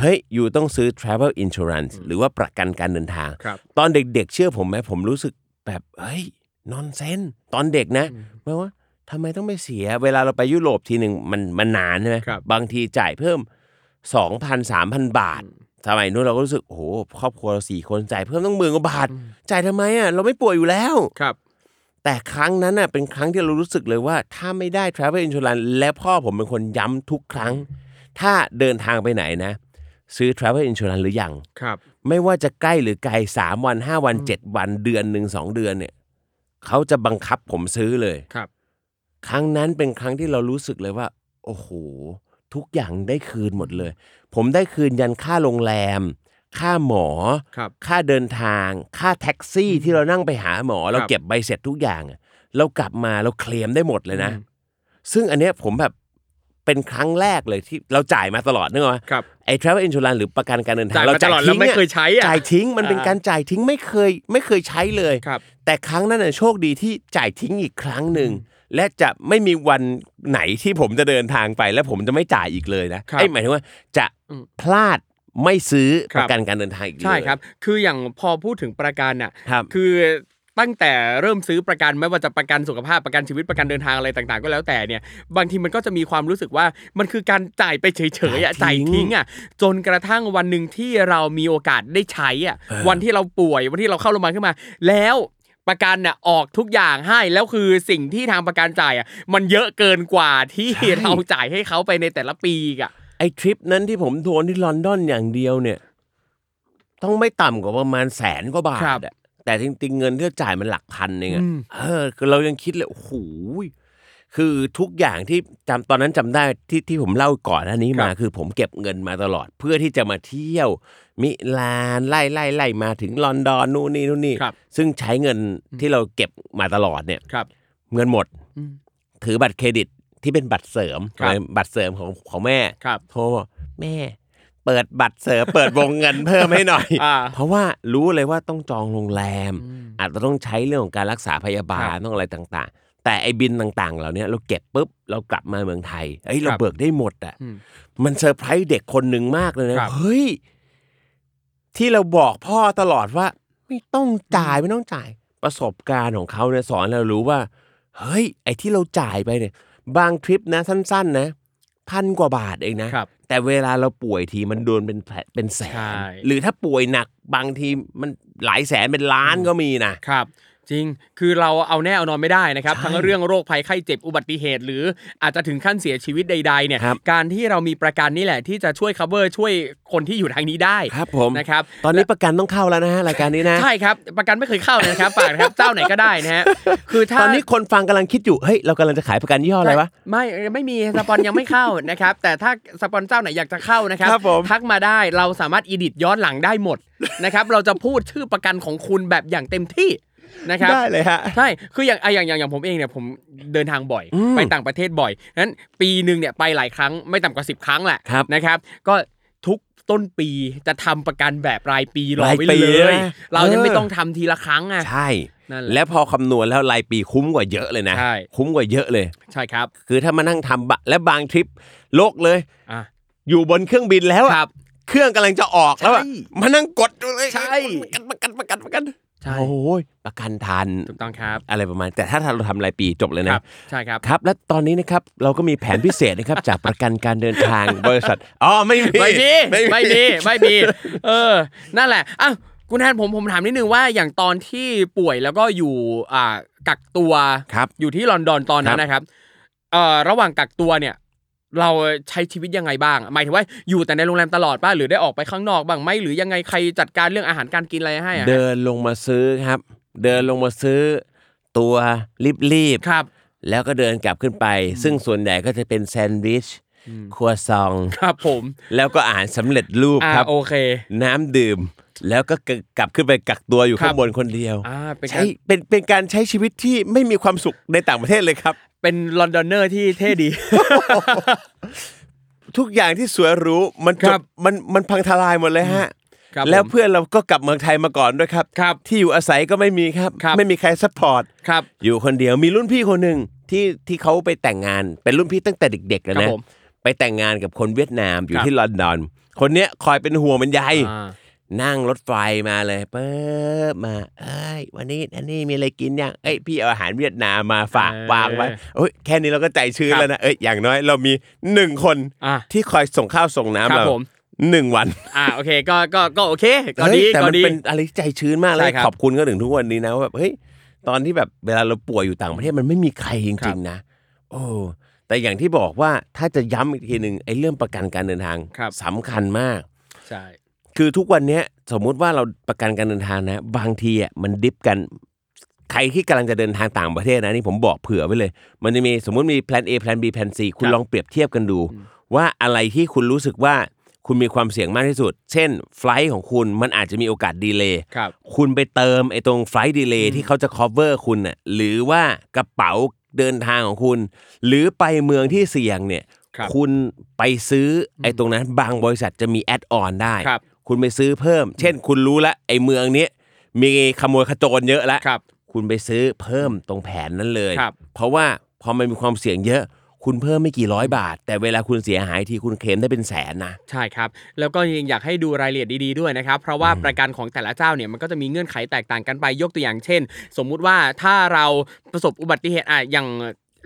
Speaker 2: เฮ้ยอยู่ต้องซื้อ travel insurance หรือว่าประกันการเดินทาง
Speaker 1: ครับ
Speaker 2: ตอนเด็กๆ เชื่อผมไหมผมรู้สึกแบบเฮ้ยนอนเซนตอนเด็กนะแปลว่าทำไมต้องไปเสีย เวลาเราไปยุโรปทีหนึ่งมันมันนานใช่ไหม
Speaker 1: ครับ
Speaker 2: บางทีจ่ายเพิ่ม 2,000 3,000 บาทสมัยนู้นเราก็รู้สึกโอ้โหครอบครัวเราสี่คนจ่ายเพิ่มต้องหมื่นกว่าบาทจ่ายทำไมอ่ะเราไม่ป่วยอยู่แล้ว
Speaker 1: ครับ
Speaker 2: แต่ครั้งนั้นน่ะเป็นครั้งที่เรารู้สึกเลยว่า ถ้าไม่ได้ Travel Insurance และพ่อผมเป็นคนย้ำทุกครั้ง ถ้าเดินทางไปไหนนะ ซื้อ Travel Insurance หรือยัง
Speaker 1: ครับ
Speaker 2: ไม่ว่าจะใกล้หรือไกล 3 วัน 5 วัน 7 วันเดือนหนึ่งสองเดือนเนี่ยเขาจะบังคับผมซื้อเลย
Speaker 1: ครับ
Speaker 2: ครั้งนั้นเป็นครั้งที่เรารู้สึกเลยว่า โอ้โห ทุกอย่างได้คืนหมดเลย ผมได้คืนยันค่าโรงแรม ค่าหมอ
Speaker 1: ครับ
Speaker 2: ค่าเดินทาง ค่าแท็กซี่ที่เรานั่งไปหาหมอ เราเก็บใบเสร็จทุกอย่างอะเรากลับมาเราเคลมได้หมดเลยนะ
Speaker 1: อืม
Speaker 2: ซึ่งอันเนี้ยผมแบบเป็นครั้งแรกเลยที่เราจ่ายมาตลอดนึกออกไหม
Speaker 1: ครับ
Speaker 2: ไอ้ travel insurance หรือประกันการเดินทาง
Speaker 1: จ่ายมาตลอดแล้วไม่เคยใช้อะ
Speaker 2: จ่ายทิ้งมันเป็น
Speaker 1: อ่า
Speaker 2: การจ่ายทิ้งไม่เคยไม่เคยใช้เลย
Speaker 1: ครับ
Speaker 2: แต่ครั้งนั้นน่ะโชคดีที่จ่ายทิ้งอีกครั้งหนึ่ง และจะไม่มีวันไหนที่ผมจะเดินทางไป และผมจะไม่จ่ายอีกเลยนะครับ ไอ้ยหมายถึงว่าจะ
Speaker 1: อืม
Speaker 2: พลาดไม่ซื้อ
Speaker 1: ครั
Speaker 2: ป
Speaker 1: บ
Speaker 2: ระกันการเดินทางอีกเลย
Speaker 1: ใช่ครับ คืออย่างพอพูดถึงประกันอ่ะ
Speaker 2: ครับ
Speaker 1: คือตั้งแต่เริ่มซื้อประกันไม่ว่าจะประกันสุขภาพประกันชีวิตประกันเดินทางอะไรต่างๆ ก็แล้วแต่เนี่ยบางทีมันก็จะมีความรู้สึกว่ามันคือการจ่ายไปเฉยๆอ่ะจ่า
Speaker 2: จ่าย ยทิ้
Speaker 1: ทิ้ง
Speaker 2: ง
Speaker 1: อ่ะจนกระทั่งวันหนึ่งที่เรามีโอกาสได้ใช้อ่ะวันที่เราป่วยวันที่เราเข้าโรงพยาบาลขึ้นมา แล้วประกันน่ะออกทุกอย่างให้แล้วคือสิ่งที่ทางประกันจ่ายอ่ะมันเยอะเกินกว่าที่เราจ่ายให้เขาไปในแต่ละปีอีกอ่ะ
Speaker 2: ไอ้ทริปนั้นที่ผมทัวร์ที่ลอนดอนอย่างเดียวเนี่ย ต้องไม่ต่ำกว่าประมาณแสนกว่าบาท
Speaker 1: ครับ
Speaker 2: อะแต่จริงๆเงินที่เราจ่ายมันหลักพันเองอะ
Speaker 1: อืม
Speaker 2: เออคือเรายังคิดเลยโอ้โหคือทุกอย่างที่จำตอนนั้นจำได้ที่ที่ผมเล่าก่อนหน้านี้มาคือผมเก็บเงินมาตลอด เพื่อที่จะมาเที่ยว มิลานไล่ไล่ไล่มาถึงลอนดอนนู่นนี่นู่นนี่
Speaker 1: ครับ
Speaker 2: ซึ่งใช้เงินที่เราเก็บมาตลอดเนี่ย
Speaker 1: ครับ
Speaker 2: เงินหมด
Speaker 1: อืม
Speaker 2: ถือบัตรเครดิตที่เป็นบัตรเสริม
Speaker 1: ครับ
Speaker 2: บัตรเสริมของของแม่
Speaker 1: ครับ
Speaker 2: โทรบอกแม่ เปิดบัตรเสริม เปิดวงเงินเพิ่มให้หน่อย
Speaker 1: อ่า
Speaker 2: เพราะว่ารู้เลยว่าต้องจองโรงแรม
Speaker 1: อืม
Speaker 2: อาจจะต้องใช้เรื่องของการรักษาพยาบาล
Speaker 1: ครับ
Speaker 2: ต้องอะไรต่างๆ แต่ไอ้บินต่างๆเหล่าเนี้ยเราเก็บปุ๊บเรากลับมาเมืองไทยเอ้ยเรา
Speaker 1: ครับ
Speaker 2: เบิกได้หมดอ่ะ
Speaker 1: อืม
Speaker 2: มันเซอร์ไพรส์เด็กคนหนึ่งมากเลยนะครับ เฮ้ย ที่เราบอกพ่อตลอดว่า ไม่ต้องจ่ายไม่ต้องจ่ายประสบการณ์ของเขาเนี่ยสอนให้เรารู้ว่า เฮ้ย ไอ้ที่เราจ่ายไปเนี่ย บางทริปนะสั้น ๆ นะพันกว่าบาทเองนะครับ แต่เวลาเราป่วยทีมันโดนเป็นแผลเป็นแส
Speaker 1: ใช่
Speaker 2: น หรือถ้าป่วยหนักบางทีมันหลายแสนเป็นล้านก็มีนะ
Speaker 1: ครับ จริง คือเราเอาแน่เอานอนไม่ได้นะครับ ทั้งเรื่องโรคภัยไข้เจ็บอุบัติเหตุ หรืออาจจะถึงขั้นเสียชีวิตใด ๆ เนี่ย
Speaker 2: ครับ
Speaker 1: การที่เรามีประกันนี่แหละที่จะช่วย cover ช่วยคนที่อยู่ทางนี้ได้
Speaker 2: ครับผม
Speaker 1: นะครับ
Speaker 2: ตอนนี้ประกันต้องเข้าแล้วนะฮะรายการนี้นะ
Speaker 1: ใช่ครับ ประกันไม่เคยเข้าเลยนะครับฝากนะครับ เจ้าไหนก็ได้นะฮะคือถ้า
Speaker 2: ตอนนี้คนฟังกำลังคิดอยู่เฮ้ยเรากำลังจะขายประกันยี่ห้ออะไรวะ
Speaker 1: ไม่ไม่มีสปอนยังไม่เข้า นะครับ แต่ถ้าสปอนเจ้าไหนอยากจะเข้านะครับ
Speaker 2: ครับผม
Speaker 1: ทักมาได้เราสามารถอีดิทย้อนหลังได้หมด นะครับ เราจะพูดชื่อประกันของคุณแบบอย่างเต็มที่นะครับ
Speaker 2: ได้เลยฮะ
Speaker 1: ใช่ คืออย่างอ่ะอย่างอย่างอย่างผมเองเนี่ยผมเดินทางบ่อย ไปต่างประเทศบ่อยนั้นปีหนึ่งเนี่ยไปหลายครั้งไม่ต่ำกว่า 10 ครั้งแหละ
Speaker 2: ครับ
Speaker 1: นะครับ ก็ทุกต้นปีจะทำประกันแบบรายปีรอไว้
Speaker 2: รายปี
Speaker 1: เลย
Speaker 2: นะ
Speaker 1: เราจะไม่
Speaker 2: เออ
Speaker 1: ต้องทำทีละครั้งอ่ะ
Speaker 2: ใช่
Speaker 1: นั่นแหละ
Speaker 2: และพอคำนวณแล้วรายปีคุ้มกว่าเยอะเลยนะ
Speaker 1: ใช่
Speaker 2: คุ้มกว่าเยอะเลย
Speaker 1: ใช่ครับ
Speaker 2: คือถ้ามานั่งทำบะและบางทริปโลกเลย
Speaker 1: อ่ะ
Speaker 2: อยู่บนเครื่องบินแล้วอะ
Speaker 1: ครับ
Speaker 2: เครื่องกำลังจะออกแล้วอะ
Speaker 1: ใช่
Speaker 2: มานั่งกดดูเลย
Speaker 1: ใช่
Speaker 2: ประกันประกันประกันประกัน
Speaker 1: ใช่
Speaker 2: โอ้ยประกันทัน
Speaker 1: ถูกต้องครับ
Speaker 2: อะไรประมาณ แต่ถ้าเราทำรายปีจบเลย
Speaker 1: ครั
Speaker 2: นะ
Speaker 1: บใช่ครับ
Speaker 2: ครับและตอนนี้นะครับเราก็มีแผนพิเศษนะครับ จากประกันการเดิน ทางบริษัทอ๋อไม่มี
Speaker 1: ไม่มีไม่มีไม่มีเออ นั่นแหละอ้าวคุณแทนผมผมถามนิดนึงว่าอย่างตอนที่ป่วยแล้วก็อยู่อ่ากักตัว
Speaker 2: ครับ
Speaker 1: อยู่ที่ลอนดอนตอนนั้
Speaker 2: ครับ
Speaker 1: นนะครับเอ่อระหว่างกักตัวเนี่ย เราใช้ชีวิตยังไงบ้าง หมายถึงว่าอยู่แต่ในโรงแรมตลอดป่ะหรือได้ออกไปข้างนอกบ้างไหมหรือยังไงใครจัดการเรื่องอาหารการกินอะไรให้อะ
Speaker 2: เดินลงมาซื้อครับ เดินลงมาซื้อ ตัวรีบ
Speaker 1: ครับ
Speaker 2: ๆแล้วก็เดินกลับขึ้นไป ซึ่งส่วนใหญ่ก็จะเป็นแซนด์วิชครัวซอง
Speaker 1: ครับผม
Speaker 2: แล้วก็อาหารสำเร็จรูป
Speaker 1: อ่า
Speaker 2: ครับ
Speaker 1: โอเค
Speaker 2: น้ำดื่ม แล้วก็กลับขึ้นไปกักตัวอยู่
Speaker 1: ครับ
Speaker 2: ข้างบนคนเดียว
Speaker 1: อ่าเป็นกา
Speaker 2: ใช่
Speaker 1: ร
Speaker 2: เป็นเป็นการใช้ชีวิตที่ไม่มีความสุขในต่างประเทศเลยครับ
Speaker 1: เป็นลอนดอนเนอร์ที่เท่ดี
Speaker 2: ทุกอย่างที่สวยหรูมันจ
Speaker 1: ครับ บ
Speaker 2: มันมันพังทลายหมดเลยฮะ
Speaker 1: ครับ
Speaker 2: แล้ว
Speaker 1: ผม
Speaker 2: เพื่อนเราก็กลับเมืองไทยมาก่อนด้วยครับ
Speaker 1: ครับ
Speaker 2: ที่อยู่อาศัยก็ไม่มีครับ
Speaker 1: ครับ
Speaker 2: ไม่มีใครซัพพอร์ต
Speaker 1: ครับ
Speaker 2: อยู่คนเดียวมีรุ่นพี่คนหนึ่งที่ที่เขาไปแต่งงาน เป็นรุ่นพี่ตั้งแต่เด็กๆแล้ว
Speaker 1: ครั
Speaker 2: นะ
Speaker 1: บผม
Speaker 2: ไปแต่งงานกับคนเวียดนามอยู่
Speaker 1: ครับ
Speaker 2: ที่ลอนดอน คนเนี้ยคอยเป็นห่วงเป็นใย
Speaker 1: อ่า
Speaker 2: นั่งรถไฟมาเลยเปิ๊บมา เอ้ย วันนี้อันนี้มีอะไรกินยังเอ้ยพี่เอาอาหารเวียดนามมาฝาก
Speaker 1: เออ
Speaker 2: วางไว้โอ้ยแค่นี้เราก็ใจชื้น
Speaker 1: ครับ
Speaker 2: แล้วนะเอ้ยอย่างน้อยเรามีหนึ่งคน
Speaker 1: อ่ะ
Speaker 2: ที่คอยส่งข้าวส่งน้ำ
Speaker 1: ครับ
Speaker 2: เรา
Speaker 1: ผม
Speaker 2: หนึ่งวัน
Speaker 1: อ่าโอเคก็ก็ก็โอเคก็
Speaker 2: เฮ้
Speaker 1: ดี
Speaker 2: ยแต่
Speaker 1: ก็
Speaker 2: มัน
Speaker 1: ดี
Speaker 2: เป็นอะไรที่ใจชื้นมากเล
Speaker 1: ใช่
Speaker 2: ย
Speaker 1: ครับ
Speaker 2: ขอบคุณก็ถึงทุกวันนี้นะว่าแบบเฮ้ยตอนที่แบบเวลาเราป่วยอยู่ต่างประเทศมันไม่มีใครจ
Speaker 1: ครั
Speaker 2: ริ
Speaker 1: บ
Speaker 2: ง ๆ นะ โอ้แต่อย่างที่บอกว่าถ้าจะย้ำอีกทีหนึ่งไอ้เรื่องประกันการเดินทางสำคัญมาก
Speaker 1: ใช่
Speaker 2: คือทุกวันเนี้ยสมมุติว่าเราประกันการเดินทางนะ บางทีอ่ะมันดิฟกัน ใครที่กำลังจะเดินทางต่างประเทศนะนี่ผมบอกเผื่อไว้เลย มันจะมีสมมุติมีแพลน A แพลน B แพลน C คุณ
Speaker 1: ครับ
Speaker 2: ลองเปรียบเทียบกันดู ว่าอะไรที่คุณรู้สึกว่าคุณมีความเสี่ยงมากที่สุด เช่นไฟล์ของคุณมันอาจจะมีโอกาสดีเลย์
Speaker 1: ครับ
Speaker 2: คุณไปเติมไอ้ตรงไฟล์ดีเลย์ที่เขาจะ cover คุณน่ะหรือว่ากระเป๋าเดินทางของคุณ หรือไปเมืองที่เสี่ยงเนี่ย
Speaker 1: ครับ
Speaker 2: ณไปซื้ออไอ้ตรงนั้นบางบริษัทจะมีแอดออนได้
Speaker 1: ครับ
Speaker 2: คุณไปซื้อเพิ่ม เช่น คุณรู้ละไอ้เมืองเนี้ยมีขโมยขโจรเยอะแล้ว
Speaker 1: ครับ
Speaker 2: คุณไปซื้อเพิ่มตรงแผนนั้นเลย
Speaker 1: ครับ
Speaker 2: เพราะว่าพอมันมีความเสี่ยงเยอะ คุณเพิ่มไม่กี่ร้อยบาท แต่เวลาคุณเสียหายทีคุณเคลมได้เป็นแสนนะ
Speaker 1: ใช่ครับ แล้วก็ยังอยากให้ดูรายละเอียดดีๆด้วยนะครับ เพราะว่าประกันของแต่ละเจ้าเนี่ยมันก็จะมีเงื่อนไขแตกต่างกันไปยกตัวอย่างเช่น สมมุติว่าถ้าเราประสบอุบัติเหตุอ่ะอย่าง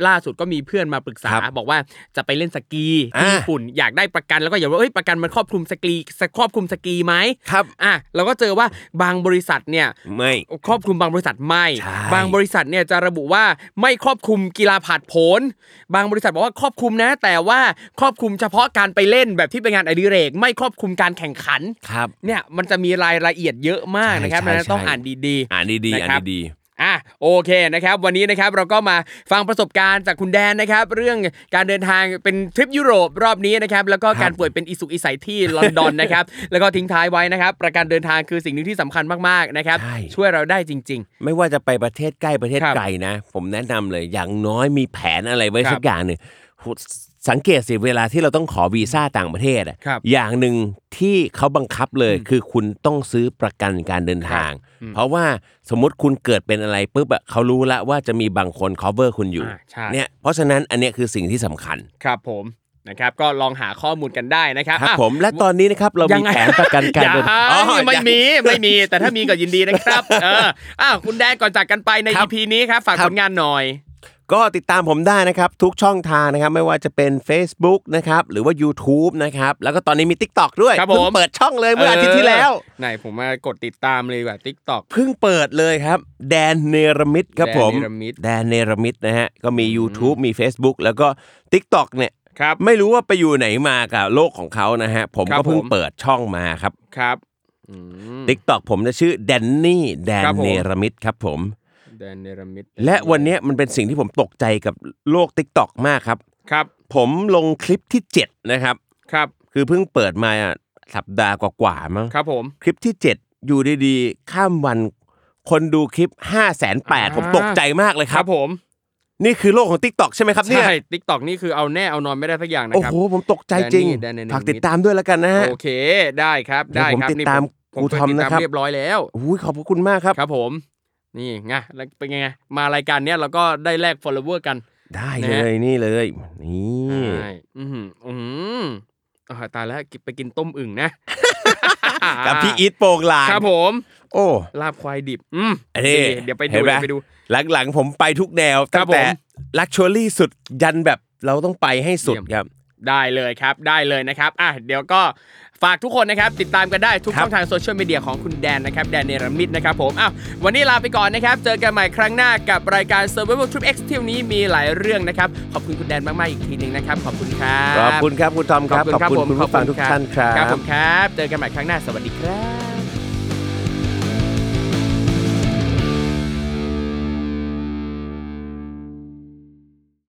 Speaker 1: ล่าสุดก็มีเพื่อนมาปรึกษา
Speaker 2: ครับ
Speaker 1: บอกว่าจะไปเล่นสกีที่
Speaker 2: อ่า
Speaker 1: ญี่ปุ่นอยากได้ประกันแล้วก็อย่าว่าเอ้ยประกันมันครอบคลุมสกีครอบคลุมสกีไหม
Speaker 2: ครับ
Speaker 1: อ่ะเราก็เจอว่าบางบริษัทเนี่ย
Speaker 2: ไม่
Speaker 1: ครอบคลุมบางบริษัทไม่
Speaker 2: ใช่
Speaker 1: บางบริษัทเนี่ยจะระบุว่าไม่ครอบคลุมกีฬาผาดโผนบางบริษัทบอกว่าครอบคลุมนะ แต่ว่าครอบคลุมเฉพาะการไปเล่นแบบที่เป็นงานอดิเรก ไม่ครอบคลุมการแข่งขัน
Speaker 2: ครับ
Speaker 1: เนี่ยมันจะมีรายละเอียดเยอะมาก
Speaker 2: ใช่
Speaker 1: นะครับ
Speaker 2: ใช่
Speaker 1: ดังนั้นต้อง
Speaker 2: ใช่
Speaker 1: อ่านดีๆ
Speaker 2: อ่านดีๆ
Speaker 1: นะ
Speaker 2: อ่า
Speaker 1: ครับ
Speaker 2: นดี
Speaker 1: อ่ะโอเคนะครับวันนี้นะครับเราก็มาฟังประสบการณ์จากคุณแดนนะครับ เรื่องการเดินทางเป็นทริปยุโรปรอบนี้นะครับแล้วก็การป่วยเป็นอิสุกอิสัย ที่ลอนดอน นะครับแล้วก็ทิ้งท้ายไว้นะครับ ประกันเดินทางคือสิ่งหนึ่งที่สำคัญมากๆนะครับ
Speaker 2: ใช่
Speaker 1: ช่วยเราได้จริง ๆ
Speaker 2: ๆ ไม่ว่าจะไปประเทศใกล้ประเทศ
Speaker 1: ครับ
Speaker 2: ไกลนะ ผมแนะนำเลยอย่างน้อยมีแผนอะไรไว้
Speaker 1: ครับ
Speaker 2: สักอย่างหนึ่งสังเกตสิเวลาที่เราต้องขอวีซ่าต่างประเทศอะ
Speaker 1: ครับ
Speaker 2: อย่างหนึ่งที่เขาบังคับเลยคือคุณต้องซื้อประกันการเดินทาง เพราะว่าสมมติคุณเกิดเป็นอะไรปุ๊บอะเขารู้ละว่าจะมีบางคน cover คุณอยู่
Speaker 1: อ่าใช่
Speaker 2: เนี่ยเพราะฉะนั้นอันเนี้ยคือสิ่งที่สำคัญ
Speaker 1: ครับผมนะครับก็ลองหาข้อมูลกันได้นะครับ
Speaker 2: ครับ
Speaker 1: อ่ะ
Speaker 2: ผมและตอนนี้นะครับเรา
Speaker 1: ยั
Speaker 2: มี
Speaker 1: งไง
Speaker 2: แผนประกันการเดิน
Speaker 1: อย่
Speaker 2: อ๋อ
Speaker 1: ไม่มีไม่มีแต่ ถ้ามีก็ยินดีนะครับ เอออ้าวคุณแดนก่อนจากกันไปใน
Speaker 2: ครับ
Speaker 1: EP นี้ครับ ฝากผลงานหน่อย
Speaker 2: ก็ติดตามผมได้นะครับ ทุกช่องทางนะครับ ไม่ว่าจะเป็น Facebook นะครับ หรือว่า YouTube นะครับ แล้วก็ตอนนี้มี TikTok ด้วย
Speaker 1: ครับผม
Speaker 2: เพิ่งเปิดช่องเลยเมื่ออาทิตย์ที่แล้ว
Speaker 1: ไหนผมมากดติดตามเลยดีกว่า TikTok
Speaker 2: เพิ่งเปิดเลยครับ แดนเนรมิตครับผม
Speaker 1: แดนเนรมิต
Speaker 2: แดนเนรมิตนะฮะ ก็มี YouTube มี Facebook แล้วก็ TikTok เนี่ย
Speaker 1: ครับ
Speaker 2: ไม่รู้ว่าไปอยู่ไหนมากับโลกของเขานะฮะ ผม
Speaker 1: ครั
Speaker 2: ก็
Speaker 1: บ
Speaker 2: เพิ่ง
Speaker 1: ผม
Speaker 2: เปิดช่องมาครับ
Speaker 1: ครับอืม
Speaker 2: ติ๊กตอกผมจะชื่อแดนนี่แดน
Speaker 1: ครับผม
Speaker 2: เนรมิตครับผม
Speaker 1: แดนเนรมิต
Speaker 2: และวันเนี้ยมันเป็นสิ่งที่ผมตกใจกับโลกติ๊กตอกมากครับ
Speaker 1: ครับ
Speaker 2: ผมลงคลิปที่ 7 นะครับ
Speaker 1: ครับ
Speaker 2: คือเพิ่งเปิดมาอะสัปดาห์กว่าๆมั้ง
Speaker 1: ครับผม
Speaker 2: คลิปที่ 7 อยู่ดีๆ ข้ามวันคนดูคลิป 5 8 0 0 0ผมตกใจมากเลยครับ
Speaker 1: ผม
Speaker 2: นี่คือโลกของ TikTok ใช่ไหมครับเนี่ย
Speaker 1: ใช่ TikTok นี่คือเอาแน่เอานอนไม่ได้สักอย่างนะ
Speaker 2: โอ้
Speaker 1: ครับ
Speaker 2: โห ผมตกใจจริง
Speaker 1: แดนนี่แดนเนรมิต
Speaker 2: ฝากติดตามด้วยแล้วกันนะฮะ
Speaker 1: โอเคได้ครับ
Speaker 2: เดี๋ยว
Speaker 1: ได้
Speaker 2: ผม
Speaker 1: ครับ
Speaker 2: ติด
Speaker 1: นี่
Speaker 2: ตาม
Speaker 1: ผม
Speaker 2: ครูทอม
Speaker 1: ผมติดตา
Speaker 2: นะครับ
Speaker 1: เรียบร้อยแล้ว
Speaker 2: อุ้ยขอบพระคุณมากครับ
Speaker 1: ครับผม นี่ไงแล้วเป็นไง มารายการเนี้ยเราก็ได้แลก follower กัน
Speaker 2: ได้
Speaker 1: นะ
Speaker 2: เล
Speaker 1: ฮะ
Speaker 2: ยนี่เลยนี่
Speaker 1: ใช่อือหืออือหืออ่าตายแล้วกินไปกินต้มอึ่งนะ
Speaker 2: กับพี่อีทโปร่งลาง
Speaker 1: ครับผม
Speaker 2: โอ้
Speaker 1: ลาบควายดิบ อืม
Speaker 2: อันนี้
Speaker 1: นี่เดี๋ยวไปดู
Speaker 2: เห็นไหม
Speaker 1: เดี๋ยวไปดู
Speaker 2: หลังๆ ผมไปทุกแนว
Speaker 1: ครั
Speaker 2: ตั้
Speaker 1: บ
Speaker 2: งแต่
Speaker 1: ผม
Speaker 2: ลักชัวรี่สุดยันแบบเราต้องไปให้สุด
Speaker 1: เยี่ยม
Speaker 2: ครับ
Speaker 1: ได้เลยครับ ได้เลยนะครับ อ่ะ เดี๋ยวก็ฝากทุกคนนะครับ ติดตามกันได้ทุก
Speaker 2: ครับ
Speaker 1: ช่องทางโซเชียลมีเดียของคุณแดนนะครับ แดนเนรมิตนะครับผม อ้าว วันนี้ลาไปก่อนนะครับ เจอกันใหม่ครั้งหน้ากับรายการ Survival Trip X เที่ยวนี้มีหลายเรื่องนะครับ ขอบคุณคุณแดนมาก ๆ อีกทีหนึ่งนะครับ ขอบคุณครับ
Speaker 2: ขอบคุณครับคุณทอมครับ ขอบคุณคุณผู้ฟังทุกท่านครั
Speaker 1: ครับ
Speaker 2: บ
Speaker 1: ผมครับ เจอกันใหม่ครั้งหน้า สวัสดีครับ